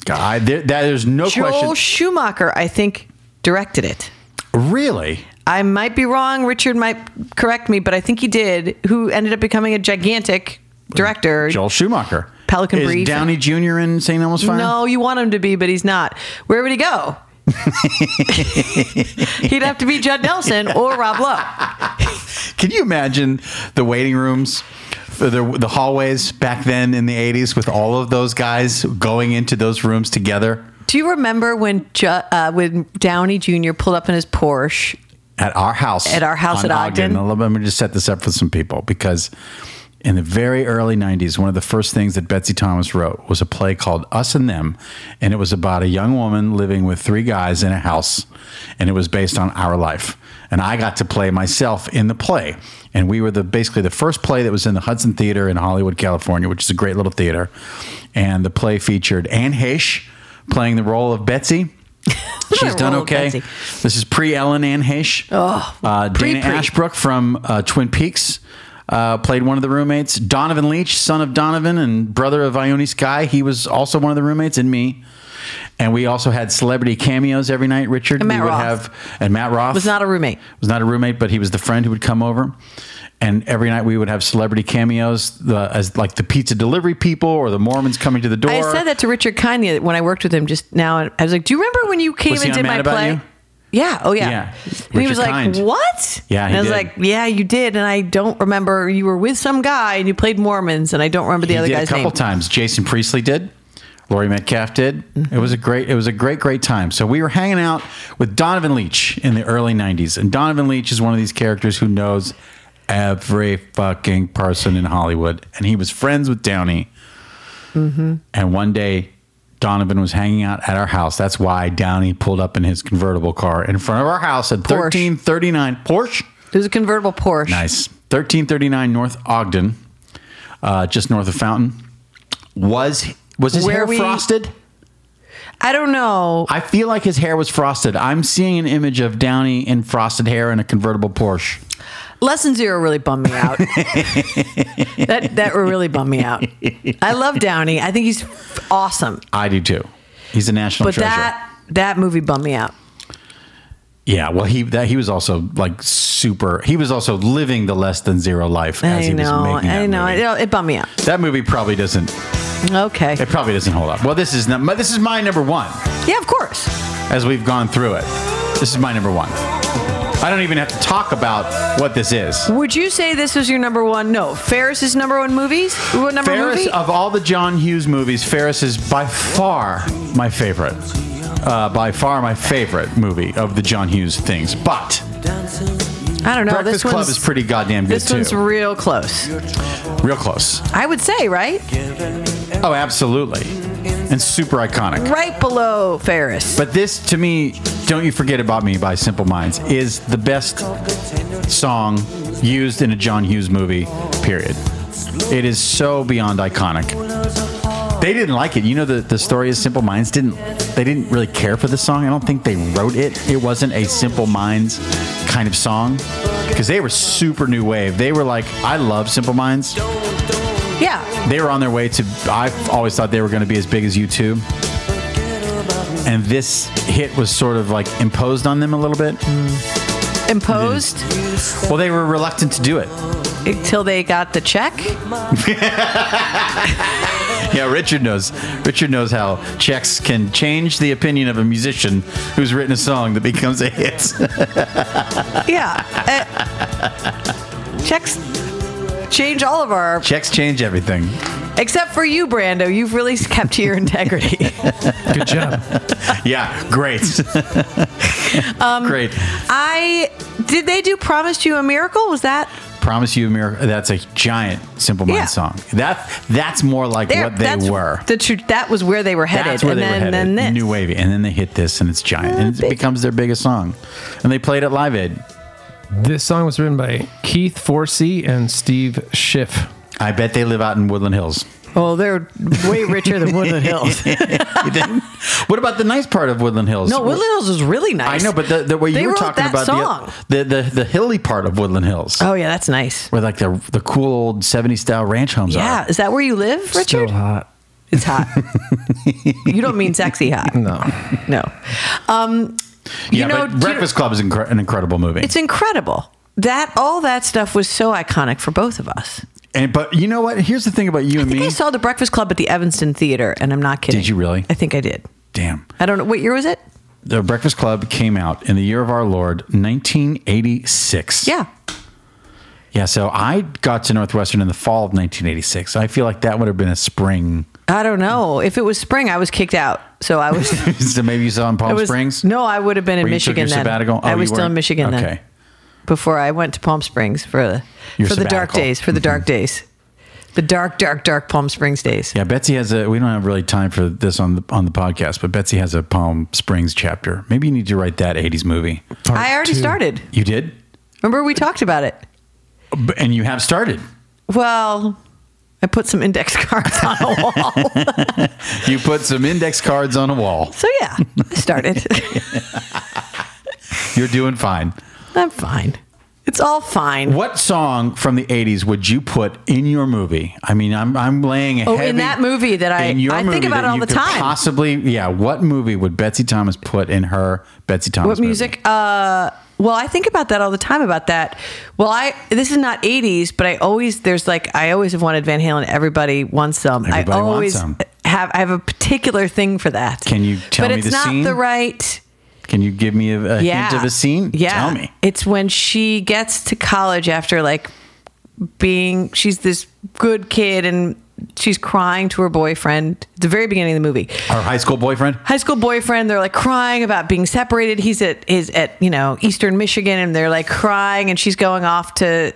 Speaker 1: I, there, that, there's no
Speaker 3: Joel
Speaker 1: question.
Speaker 3: Schumacher, I think, directed it.
Speaker 1: really?
Speaker 3: I might be wrong. Richard might correct me, but I think he did. Who ended up becoming a gigantic director?
Speaker 1: Joel Schumacher.
Speaker 3: Pelican
Speaker 1: is
Speaker 3: Brief.
Speaker 1: Downey Jr. in St. Elmo's Fire?
Speaker 3: No, you want him to be, but he's not. Where would he go? He'd have to be Judd Nelson or Rob Lowe.
Speaker 1: Can you imagine the waiting rooms, the, the hallways back then in the 80s with all of those guys going into those rooms together
Speaker 3: Do you remember when Ju- uh, when Downey Jr. pulled up in his Porsche?
Speaker 1: at our house?
Speaker 3: At our house
Speaker 1: on
Speaker 3: at Ogden.
Speaker 1: Now, Let me just set this up for some people because in the very early 90s, one of the first things that Betsy Thomas wrote was a play called Us and Them. And it was about a young woman living with three guys in a house. And it was based on our life. And I got to play myself in the play. And we were the basically the first play that was in the Hudson Theater in Hollywood, California, which is a great little theater. And the play featured Anne Heche playing the role of Betsy. She's
Speaker 3: a
Speaker 1: done
Speaker 3: role,
Speaker 1: okay.
Speaker 3: Betsy.
Speaker 1: This is pre Ellen Ann Heche. Oh, uh, Dana
Speaker 3: pre-pre.
Speaker 1: Ashbrook from uh, Twin Peaks uh, played one of the roommates. Donovan Leach, son of Donovan and brother of Ione Sky, he was also one of the roommates and me. And we also had celebrity cameos every night. Richard
Speaker 3: And Matt
Speaker 1: we would
Speaker 3: Roth.
Speaker 1: have and Matt Roth
Speaker 3: Was not a roommate.
Speaker 1: was not a roommate, but he was the friend who would come over. And every night we would have celebrity cameos the, as like the pizza delivery people or the Mormons coming to the door.
Speaker 3: I said that to Richard Kanye when I worked with him just now. and I was like, "Do you remember when you came
Speaker 1: Was he
Speaker 3: and
Speaker 1: on
Speaker 3: did
Speaker 1: Mad
Speaker 3: my
Speaker 1: About
Speaker 3: play?"
Speaker 1: You?
Speaker 3: Yeah. Oh yeah.
Speaker 1: Yeah.
Speaker 3: And he
Speaker 1: Richard
Speaker 3: was like,
Speaker 1: Kind.
Speaker 3: "What?"
Speaker 1: Yeah, he
Speaker 3: And I was
Speaker 1: did.
Speaker 3: like, "Yeah, you did." And I don't remember. You were with some guy and you played Mormons, and I don't remember the
Speaker 1: he
Speaker 3: other
Speaker 1: did
Speaker 3: guy's
Speaker 1: a couple
Speaker 3: name.
Speaker 1: times. Jason Priestley did. Lori Metcalf did. It
Speaker 3: Mm-hmm.
Speaker 1: was a great. It was a great, great time. So we were hanging out with Donovan Leach in the early '90s, and Donovan Leach is one of these characters who knows every fucking person in Hollywood, and he was friends with Downey.
Speaker 3: Mm-hmm.
Speaker 1: And one day, Donovan was hanging out at our house. That's why Downey pulled up in his convertible car in front of our house at
Speaker 3: Porsche.
Speaker 1: 1339 Porsche.
Speaker 3: It was a convertible Porsche.
Speaker 1: Nice. 1339 North Ogden. uh, just north of Fountain. Was was his
Speaker 3: Where
Speaker 1: hair
Speaker 3: we-
Speaker 1: frosted?
Speaker 3: I don't know.
Speaker 1: I feel like his hair was frosted. I'm seeing an image of Downey in frosted hair in a convertible Porsche.
Speaker 3: Lesson zero really bummed me out. that that really bummed me out. I love Downey. I think he's f- awesome,
Speaker 1: I do too. He's a national
Speaker 3: but
Speaker 1: treasure.
Speaker 3: that that movie bummed me out.
Speaker 1: yeah, well, he that he was also like super. He was also living the less than zero life as
Speaker 3: I
Speaker 1: he
Speaker 3: know.
Speaker 1: was making that
Speaker 3: I know.
Speaker 1: movie.
Speaker 3: It, it bummed me out.
Speaker 1: That movie probably doesn't.
Speaker 3: Okay.
Speaker 1: It probably doesn't hold up. Well, this is not, this is my number one
Speaker 3: Yeah, of course.
Speaker 1: as we've gone through it. This is my number one. I don't even have to talk about what this is.
Speaker 3: Would you say this was your number one? No, Ferris's number one movies. What number
Speaker 1: Ferris uh,
Speaker 3: movie?
Speaker 1: of all the John Hughes movies, Ferris is by far my favorite. Uh, by far my favorite movie of the John Hughes things. But
Speaker 3: I don't know.
Speaker 1: Breakfast
Speaker 3: this one's
Speaker 1: Club is pretty goddamn good
Speaker 3: this one's
Speaker 1: too.
Speaker 3: real close.
Speaker 1: Real close.
Speaker 3: I would say right,
Speaker 1: Oh, absolutely. And super iconic.
Speaker 3: right below Ferris.
Speaker 1: But this, to me, Don't You Forget About Me by Simple Minds is the best song used in a John Hughes movie, period. It is so beyond iconic. They didn't like it. You know the, the story is Simple Minds didn't they didn't really care for the song. I don't think they wrote it. It wasn't a Simple Minds kind of song because they were super new wave. They were like, I love Simple Minds.
Speaker 3: yeah,
Speaker 1: They were on their way to I always thought they were going to be as big as U2 and this hit was sort of like imposed on them a little bit.
Speaker 3: imposed
Speaker 1: Well, they were reluctant to do it.
Speaker 3: until they got the check.
Speaker 1: Yeah, Richard knows. Richard knows how checks can change the opinion of a musician who's written a song that becomes a hit.
Speaker 3: Yeah, uh, checks change all of our
Speaker 1: checks change everything.
Speaker 3: except for you, Brando. You've really kept to your integrity.
Speaker 2: Good job.
Speaker 1: Yeah, great.
Speaker 3: Um,
Speaker 1: great.
Speaker 3: I did they do "Promised You a Miracle"? Was that
Speaker 1: Promise you a miracle. That's a giant Simple Minds
Speaker 3: Yeah.
Speaker 1: song. That that's more like
Speaker 3: there?
Speaker 1: what they
Speaker 3: that's
Speaker 1: were.
Speaker 3: The tr- that was where they were headed,
Speaker 1: That's where
Speaker 3: and
Speaker 1: they
Speaker 3: then
Speaker 1: were headed.
Speaker 3: then this.
Speaker 1: New wavy, and then they hit this, and it's giant, and it
Speaker 3: Big-
Speaker 1: becomes their biggest song. And they played it live. Ed,
Speaker 2: This song was written by Keith Forsey and Steve Schiff.
Speaker 1: I bet they live out in Woodland Hills.
Speaker 3: Oh, they're way richer than Woodland Hills.
Speaker 1: You didn't? what about the nice part of Woodland Hills?
Speaker 3: No, Woodland Hills is really
Speaker 1: I
Speaker 3: nice.
Speaker 1: know, but the, the way
Speaker 3: They
Speaker 1: you were
Speaker 3: wrote
Speaker 1: talking
Speaker 3: that
Speaker 1: about
Speaker 3: song.
Speaker 1: The, the the the hilly part of Woodland Hills,
Speaker 3: oh yeah, that's nice.
Speaker 1: where like the the cool old '70s style ranch homes
Speaker 3: Yeah,
Speaker 1: are.
Speaker 3: is that where you live, Richard?
Speaker 2: Still hot.
Speaker 3: It's hot. you don't mean sexy hot.
Speaker 2: No.
Speaker 3: No. Um, you
Speaker 1: yeah,
Speaker 3: know,
Speaker 1: but Breakfast Club is incre- an incredible movie.
Speaker 3: it's incredible. That all that stuff was so iconic for both of us.
Speaker 1: and but you know what? Here's the thing about you
Speaker 3: I
Speaker 1: and
Speaker 3: think
Speaker 1: me.
Speaker 3: I saw the Breakfast Club at the Evanston Theater, and I'm not kidding.
Speaker 1: Did you really?
Speaker 3: I think I did.
Speaker 1: Damn,
Speaker 3: I don't know what year was it.
Speaker 1: the Breakfast Club came out in the year of our Lord 1986.
Speaker 3: Yeah,
Speaker 1: yeah. So I got to Northwestern in the fall of 1986. I feel like that would have been a spring.
Speaker 3: I don't know if it was spring. I was kicked out, so I was.
Speaker 1: so maybe you saw in Palm
Speaker 3: I was
Speaker 1: Springs.
Speaker 3: no, I would have been in
Speaker 1: Where you took
Speaker 3: Michigan
Speaker 1: your
Speaker 3: then.
Speaker 1: sabbatical? Oh,
Speaker 3: I
Speaker 1: you
Speaker 3: was still
Speaker 1: weren't?
Speaker 3: in Michigan then.
Speaker 1: Okay.
Speaker 3: before I went to Palm Springs for the
Speaker 1: Your
Speaker 3: for the dark
Speaker 1: sabbatical. Mm-hmm.
Speaker 3: days, for the dark days, the dark, dark, dark Palm Springs days.
Speaker 1: Yeah, Betsy has a. We don't have really time for this on the on the podcast, but Betsy has a Palm Springs chapter. Maybe you need to write that '80s movie.
Speaker 2: Part
Speaker 3: I already
Speaker 2: two.
Speaker 3: started.
Speaker 1: You did,
Speaker 3: Remember we talked about it.
Speaker 1: B- and you have started.
Speaker 3: Well, I put some index cards on a wall.
Speaker 1: You put some index cards on a wall.
Speaker 3: so yeah, I started.
Speaker 1: You're doing fine.
Speaker 3: I'm fine. It's all fine.
Speaker 1: What song from the '80s would you put in your movie? I mean, I'm I'm laying a
Speaker 3: Oh, in
Speaker 1: heavy-
Speaker 3: that movie that I-
Speaker 1: in your
Speaker 3: I think
Speaker 1: movie
Speaker 3: about
Speaker 1: that
Speaker 3: it all
Speaker 1: you
Speaker 3: the
Speaker 1: could
Speaker 3: time.
Speaker 1: Possibly, yeah. What movie would Betsy Thomas put in her Betsy Thomas?
Speaker 3: What
Speaker 1: movie?
Speaker 3: music? Uh, well, I think about that all the time. About that. Well, I this is not '80s, but I always there's like I always have wanted Van Halen. Everybody wants some.
Speaker 1: Everybody
Speaker 3: I
Speaker 1: wants
Speaker 3: always
Speaker 1: some.
Speaker 3: have I have a particular thing for that.
Speaker 1: Can you tell
Speaker 3: but
Speaker 1: me
Speaker 3: it's
Speaker 1: the
Speaker 3: not
Speaker 1: scene?
Speaker 3: the right.
Speaker 1: Can you give me a, a
Speaker 3: Yeah.
Speaker 1: hint of a scene?
Speaker 3: Yeah.
Speaker 1: Tell me.
Speaker 3: It's when she gets to college after like being she's this good kid and she's crying to her boyfriend. At the very beginning of the movie
Speaker 1: Her high school boyfriend.
Speaker 3: high school boyfriend. They're like crying about being separated. He's at is at you know Eastern Michigan, and they're like crying, and she's going off to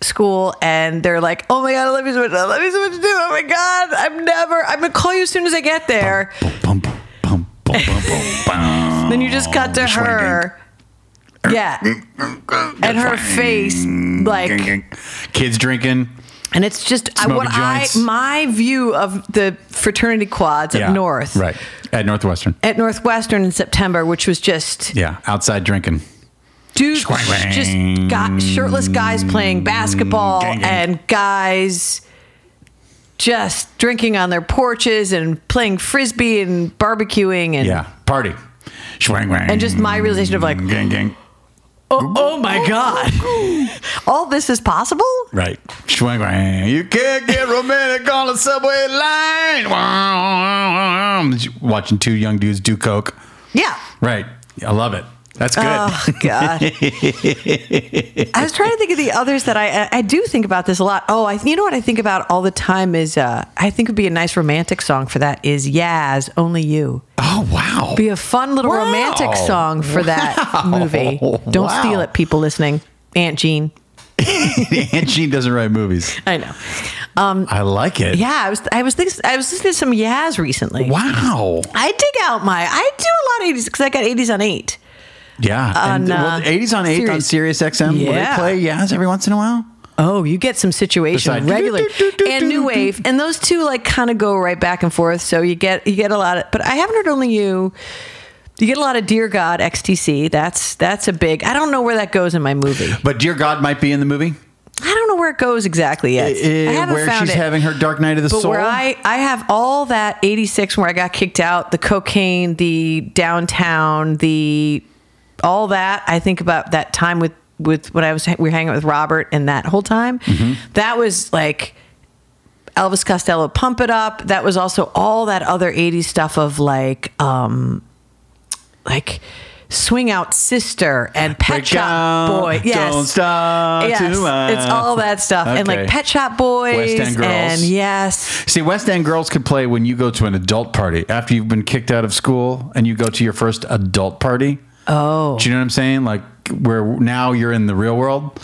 Speaker 3: school, and they're like, "Oh my god, I love you so much. I love you so much too. Oh my god, I'm never. I'm gonna call you as soon as I get there."
Speaker 1: Bum, bum, bum, bum, bum, bum,
Speaker 3: Then you just
Speaker 1: Oh,
Speaker 3: cut to her.
Speaker 1: mm,
Speaker 3: Yeah. And her face, like,
Speaker 1: bum. Kids drinking.
Speaker 3: And it's just I, what
Speaker 1: Smoking joints.
Speaker 3: I my view of the fraternity quads
Speaker 1: Yeah.
Speaker 3: up north,
Speaker 1: Right. At Northwestern.
Speaker 3: at Northwestern in September, which was just
Speaker 1: Yeah. Outside drinking.
Speaker 3: dudes, just got shirtless guys playing basketball
Speaker 1: Gang, gang.
Speaker 3: and guys just drinking on their porches and playing frisbee and barbecuing and
Speaker 1: Yeah. Mm. Party. Schwang, wang.
Speaker 3: and just my realization of like,
Speaker 1: gang, gang.
Speaker 3: oh, oh my god, all this is possible.
Speaker 1: Right. Schwang, wang. You can't get romantic on the subway line. Wow. Watching two young dudes do coke.
Speaker 3: Yeah.
Speaker 1: Right. I love it. That's good.
Speaker 3: Oh God! I was trying to think of the others that I I do think about this a lot. Oh, I you know what I think about all the time is uh, I think would be a nice romantic song for that is Yaz Only You.
Speaker 1: oh, wow.
Speaker 3: Be a fun little
Speaker 1: Wow.
Speaker 3: romantic song for that movie. Don't
Speaker 1: Wow.
Speaker 3: steal it, people listening. Aunt Jean.
Speaker 1: and she doesn't write movies.
Speaker 3: I know.
Speaker 1: I like it.
Speaker 3: Yeah, I was I was thinking, I was listening to some Yaz recently.
Speaker 1: Wow.
Speaker 3: I dig out my I do a lot of eighties because I got eighties on eight.
Speaker 1: Yeah. and,
Speaker 3: On,
Speaker 1: well,
Speaker 3: uh,
Speaker 1: 80s on 8 on Sirius
Speaker 3: Sirius.
Speaker 1: XM. Will they
Speaker 3: Yeah.
Speaker 1: play Yaz every once in a while?
Speaker 3: Oh, you get some situation
Speaker 1: Besides-
Speaker 3: regular and new wave, and those two like kind of go right back and forth. So you get you get a lot of, but I haven't heard only you. You get a lot of Dear God XTC. That's that's a big. I don't know where that goes in my movie.
Speaker 1: But Dear God might be in the movie.
Speaker 3: I don't know where it goes exactly yet. I
Speaker 1: Eh,
Speaker 3: haven't
Speaker 1: where
Speaker 3: found
Speaker 1: she's
Speaker 3: it.
Speaker 1: having her Dark Night of the
Speaker 3: but
Speaker 1: Soul.
Speaker 3: where I I have all that '86 where I got kicked out, the cocaine, the downtown, the all that. I think about that time with with when I was we were hanging out with Robert, and that whole time,
Speaker 1: Mm-hmm.
Speaker 3: that was like Elvis Costello, Pump It Up. That was also all that other '80s stuff of like um like. Swing Out Sister and Pet
Speaker 1: Break
Speaker 3: Shop
Speaker 1: out,
Speaker 3: Boy. Yes.
Speaker 1: Don't stop
Speaker 3: Yes.
Speaker 1: to us.
Speaker 3: It's all that stuff. And like
Speaker 1: Okay.
Speaker 3: Pet Shop Boys.
Speaker 1: West End Girls.
Speaker 3: And yes.
Speaker 1: See, West End girls could play when you go to an adult party after you've been kicked out of school and you go to your first adult party.
Speaker 3: Oh.
Speaker 1: Do you know what I'm saying? Like where now you're in the real world.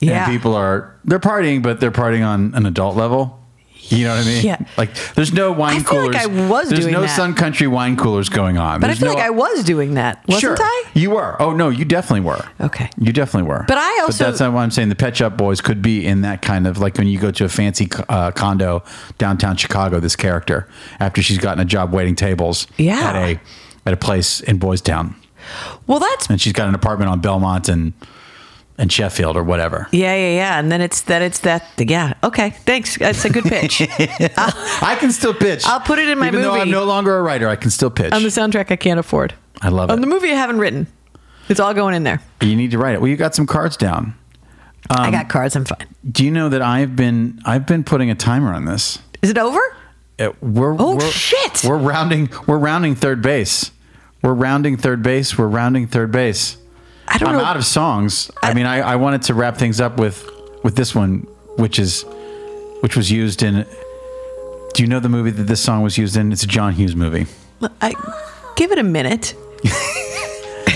Speaker 3: Yeah.
Speaker 1: And people are they're partying, but they're partying on an adult level. You know what I mean?
Speaker 3: Yeah.
Speaker 1: Like there's no wine
Speaker 3: I feel
Speaker 1: coolers.
Speaker 3: like I was
Speaker 1: there's
Speaker 3: doing
Speaker 1: no
Speaker 3: that.
Speaker 1: Sun Country wine coolers going on.
Speaker 3: But I feel like I was doing that, wasn't
Speaker 1: sure,
Speaker 3: I?
Speaker 1: You were. Oh no, you definitely were.
Speaker 3: Okay.
Speaker 1: You definitely were.
Speaker 3: But I also-
Speaker 1: that's not what I'm saying. The Pet Shop Boys could be in that kind of like when you go to a fancy uh, condo downtown Chicago. This character after she's gotten a job waiting tables.
Speaker 3: Yeah.
Speaker 1: At a at a place in Boys Town,
Speaker 3: Well, that's
Speaker 1: and she's got an apartment on Belmont and and Sheffield or whatever.
Speaker 3: yeah, yeah, yeah. And then it's that it's that yeah. Okay, thanks. That's a good pitch.
Speaker 1: I can still pitch.
Speaker 3: I'll put it in my
Speaker 1: Even though I'm
Speaker 3: movie.
Speaker 1: no longer a writer, I can still pitch.
Speaker 3: On the soundtrack, I can't afford.
Speaker 1: I love
Speaker 3: On
Speaker 1: it.
Speaker 3: the movie, I haven't written. It's all going in there.
Speaker 1: you need to write it. Well, you got some cards down.
Speaker 3: I
Speaker 1: Um,
Speaker 3: got cards. I'm fine.
Speaker 1: Do you know that I've been I've been putting a timer on this?
Speaker 3: Is it over?
Speaker 1: Uh, we're
Speaker 3: Oh,
Speaker 1: we're,
Speaker 3: shit.
Speaker 1: We're rounding we're rounding third base. We're rounding third base. We're rounding third base.
Speaker 3: I don't
Speaker 1: I'm
Speaker 3: know.
Speaker 1: out of songs. I, mean, I, I wanted to wrap things up with with this one, which is which was used in. Do you know the movie that this song was used in? It's a John Hughes movie.
Speaker 3: I give it a minute.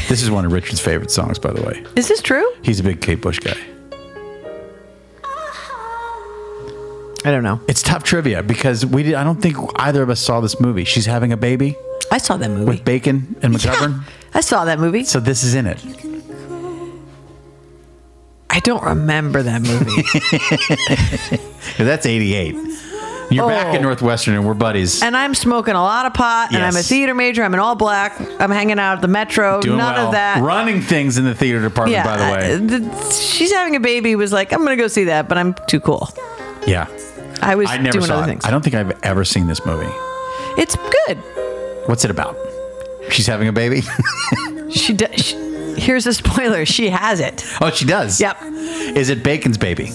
Speaker 1: This is one of Richard's favorite songs, by the way.
Speaker 3: Is this true?
Speaker 1: He's a big Kate Bush guy.
Speaker 3: I don't know.
Speaker 1: It's tough trivia because we did, I don't think either of us saw this movie. She's having a baby
Speaker 3: I saw that movie.
Speaker 1: with Bacon and McGovern.
Speaker 3: I saw that movie.
Speaker 1: So this is in it.
Speaker 3: I don't remember that movie.
Speaker 1: That's 88. You're back
Speaker 3: Oh.
Speaker 1: at Northwestern and we're buddies.
Speaker 3: and I'm smoking a lot of pot, and I'm a
Speaker 1: Yes.
Speaker 3: theater major. I'm an all black. I'm hanging out at the metro.
Speaker 1: Doing
Speaker 3: None
Speaker 1: well.
Speaker 3: of that.
Speaker 1: Running things in the theater department,
Speaker 3: Yeah.
Speaker 1: by
Speaker 3: uh,
Speaker 1: the way.
Speaker 3: I- the- she's having a baby. Was like, I'm gonna go see that, but I'm too cool.
Speaker 1: yeah.
Speaker 3: I was
Speaker 1: I never
Speaker 3: doing
Speaker 1: saw
Speaker 3: other
Speaker 1: it.
Speaker 3: things.
Speaker 1: I don't think I've ever seen this movie.
Speaker 3: It's good.
Speaker 1: What's it about? She's having a baby?
Speaker 3: She, do, she here's a spoiler. She has it.
Speaker 1: oh, she does.
Speaker 3: Yep.
Speaker 1: Is it Bacon's baby?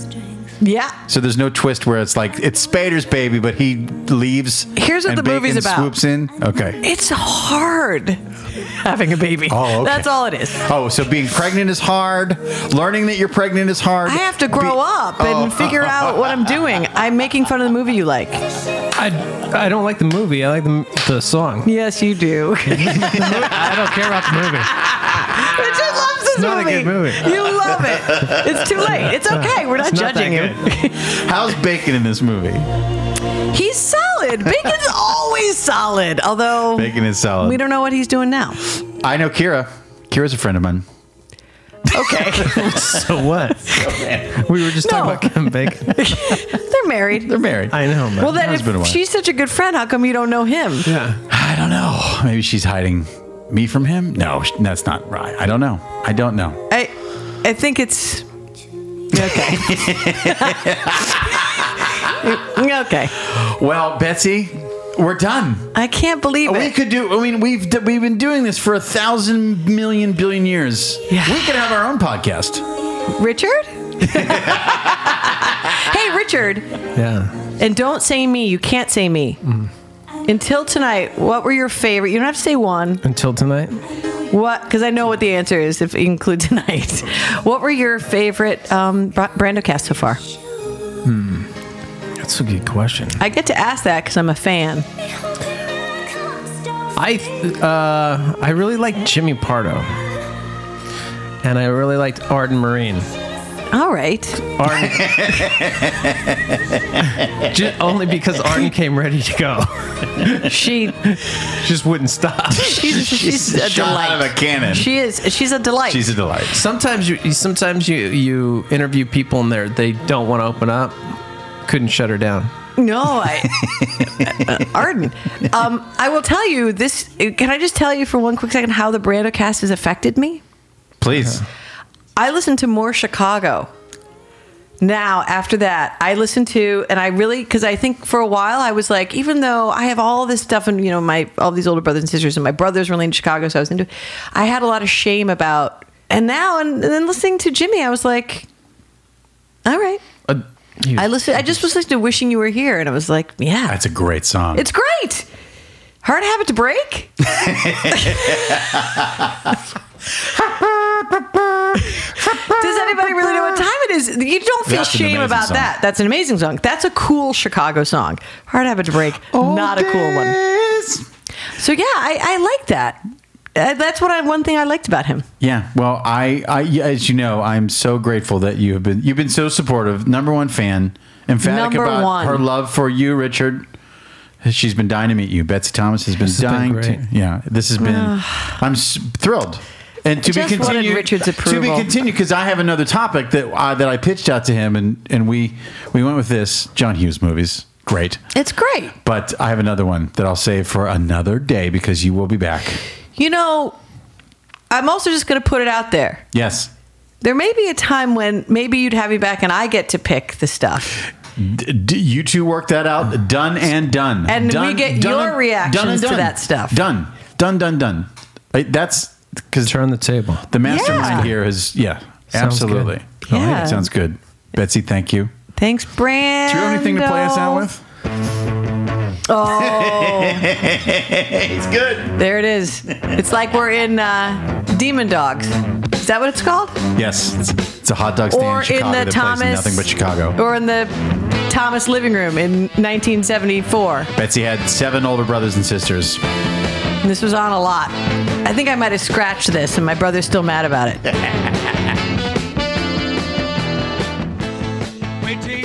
Speaker 3: Yeah.
Speaker 1: So there's no twist where it's like it's Spader's baby, but he leaves.
Speaker 3: Here's
Speaker 1: and
Speaker 3: what the movie's
Speaker 1: Bacon
Speaker 3: about.
Speaker 1: Swoops in. Okay.
Speaker 3: It's hard having a baby.
Speaker 1: Oh, okay.
Speaker 3: That's all it is.
Speaker 1: Oh, so being pregnant is hard. Learning that you're pregnant is hard.
Speaker 3: I have to grow
Speaker 1: Be-
Speaker 3: up and
Speaker 1: Oh.
Speaker 3: figure out what I'm doing. I'm making fun of the movie you like.
Speaker 2: I, I don't like the movie. I like the, the song.
Speaker 3: Yes, you do.
Speaker 2: I don't care about the movie.
Speaker 3: Richard loves this
Speaker 2: not a
Speaker 3: movie.
Speaker 2: good movie.
Speaker 3: You love it. It's too late. It's okay. We're not,
Speaker 2: It's not that
Speaker 3: judging him.
Speaker 2: good.
Speaker 1: How's Bacon in this movie?
Speaker 3: He's solid. Bacon's always solid. Although
Speaker 1: Bacon is solid.
Speaker 3: we don't know what he's doing now.
Speaker 1: I know Kira. Kira's a friend of mine.
Speaker 3: Okay.
Speaker 2: So what? we were just
Speaker 3: No.
Speaker 2: talking about Kevin Bacon.
Speaker 3: They're married.
Speaker 1: They're married.
Speaker 2: I know, but
Speaker 3: well, then
Speaker 1: It's been a
Speaker 3: if
Speaker 1: while.
Speaker 3: she's such a good friend, how come you don't know him?
Speaker 2: yeah.
Speaker 1: I don't know. Maybe she's hiding me from him. No, sh- that's not right. I don't know. I don't know.
Speaker 3: I, I think it's okay. okay.
Speaker 1: Well, Betsy, we're done.
Speaker 3: I can't believe
Speaker 1: We
Speaker 3: it.
Speaker 1: could do. I mean, we've d- we've been doing this for a thousand million billion years.
Speaker 3: Yeah.
Speaker 1: We could have our own podcast.
Speaker 3: Richard? hey, Richard.
Speaker 2: Yeah.
Speaker 3: And don't say me. You can't say me.
Speaker 1: Mm-hmm.
Speaker 3: Until tonight, what were your favorite? You don't have to say one.
Speaker 2: Until tonight,
Speaker 3: What? Because I know what the answer is if you include tonight. What were your favorite um, Bra- Brandocast so far?
Speaker 2: that's a good question.
Speaker 3: I get to ask that because I'm a fan.
Speaker 2: I uh, I really liked Jimmy Pardo, and I really liked Arden Marine.
Speaker 3: All right.
Speaker 2: Arden, Ju- only because Arden came ready to go,
Speaker 3: She
Speaker 2: just wouldn't stop.
Speaker 3: she's, she's a
Speaker 1: shot
Speaker 3: delight.
Speaker 1: out of a cannon.
Speaker 3: She is. She's a delight.
Speaker 1: She's a delight.
Speaker 2: Sometimes you you- sometimes you you interview people and they they don't want to open up. Couldn't shut her down.
Speaker 3: no, I, uh, Arden. Um, I will tell you this. uh, Can I just tell you for one quick second how the Brandocast has affected me?
Speaker 1: Please.
Speaker 3: I listen to more Chicago now after that. I listen to, and I really, because I think for a while I was like, even though I have all this stuff and, you know, my, all these older brothers and sisters and my brother's really into Chicago, so I was into, I had a lot of shame about, and now, and, and then listening to Jimmy, I was like, all right.
Speaker 2: Uh, you-
Speaker 3: I listened, I just was listening to Wishing You Were Here, and I was like, yeah.
Speaker 1: That's a great song.
Speaker 3: It's great. Hard habit to break. Does anybody really know what time it is? You don't feel
Speaker 1: That's an
Speaker 3: shame
Speaker 1: amazing
Speaker 3: about
Speaker 1: song.
Speaker 3: that. That's an amazing song. That's a cool Chicago song. Hard habit to break. not a cool one.
Speaker 1: one.
Speaker 3: So yeah, I, I like that. Uh, that's what I, one thing I liked about him.
Speaker 1: Yeah. Well, I, I, yeah, as you know, I'm so grateful that you have been, you've been so supportive. Number one fan, emphatic
Speaker 3: Number
Speaker 1: about
Speaker 3: one.
Speaker 1: her love for you, Richard. She's been dying to meet you. Betsy Thomas has been
Speaker 2: This has been
Speaker 1: dying
Speaker 2: great.
Speaker 1: to. Yeah. This has been. I'm s- thrilled. And to
Speaker 3: Just
Speaker 1: be
Speaker 3: wanted
Speaker 1: continued.
Speaker 3: Richard's
Speaker 1: To be
Speaker 3: approval.
Speaker 1: continued because I have another topic that I, that I pitched out to him, and and we we went with this John Hughes movies. Great.
Speaker 3: It's great.
Speaker 1: But I have another one that I'll save for another day because you will be back.
Speaker 3: You know, I'm also just going to put it out there.
Speaker 1: Yes.
Speaker 3: There may be a time when maybe you'd have me back and I get to pick the stuff.
Speaker 1: D- d- you two work that out. Done and done.
Speaker 3: And we
Speaker 1: done,
Speaker 3: get your reactions to that stuff.
Speaker 1: Done, done, done, done. Right, That's because
Speaker 2: Turn the table.
Speaker 1: the mastermind
Speaker 3: Yeah.
Speaker 1: here is yeah,
Speaker 2: Sounds
Speaker 1: absolutely.
Speaker 3: good. Yeah.
Speaker 1: That sounds good. Betsy, thank you.
Speaker 3: Thanks, Brand.
Speaker 1: Do you have anything to play us out with?
Speaker 3: uh, Oh,
Speaker 1: It's good.
Speaker 3: there it is. It's like we're in uh, Demon Dogs. Is that what it's called?
Speaker 1: Yes, it's, it's a hot dog stand
Speaker 3: or
Speaker 1: in Chicago
Speaker 3: in the
Speaker 1: that
Speaker 3: Thomas.
Speaker 1: plays in nothing but Chicago.
Speaker 3: Or in the Thomas living room in 1974.
Speaker 1: Betsy had seven older brothers and sisters.
Speaker 3: And this was on a lot. I think I might have scratched this, and my brother's still mad about it.
Speaker 4: Waiting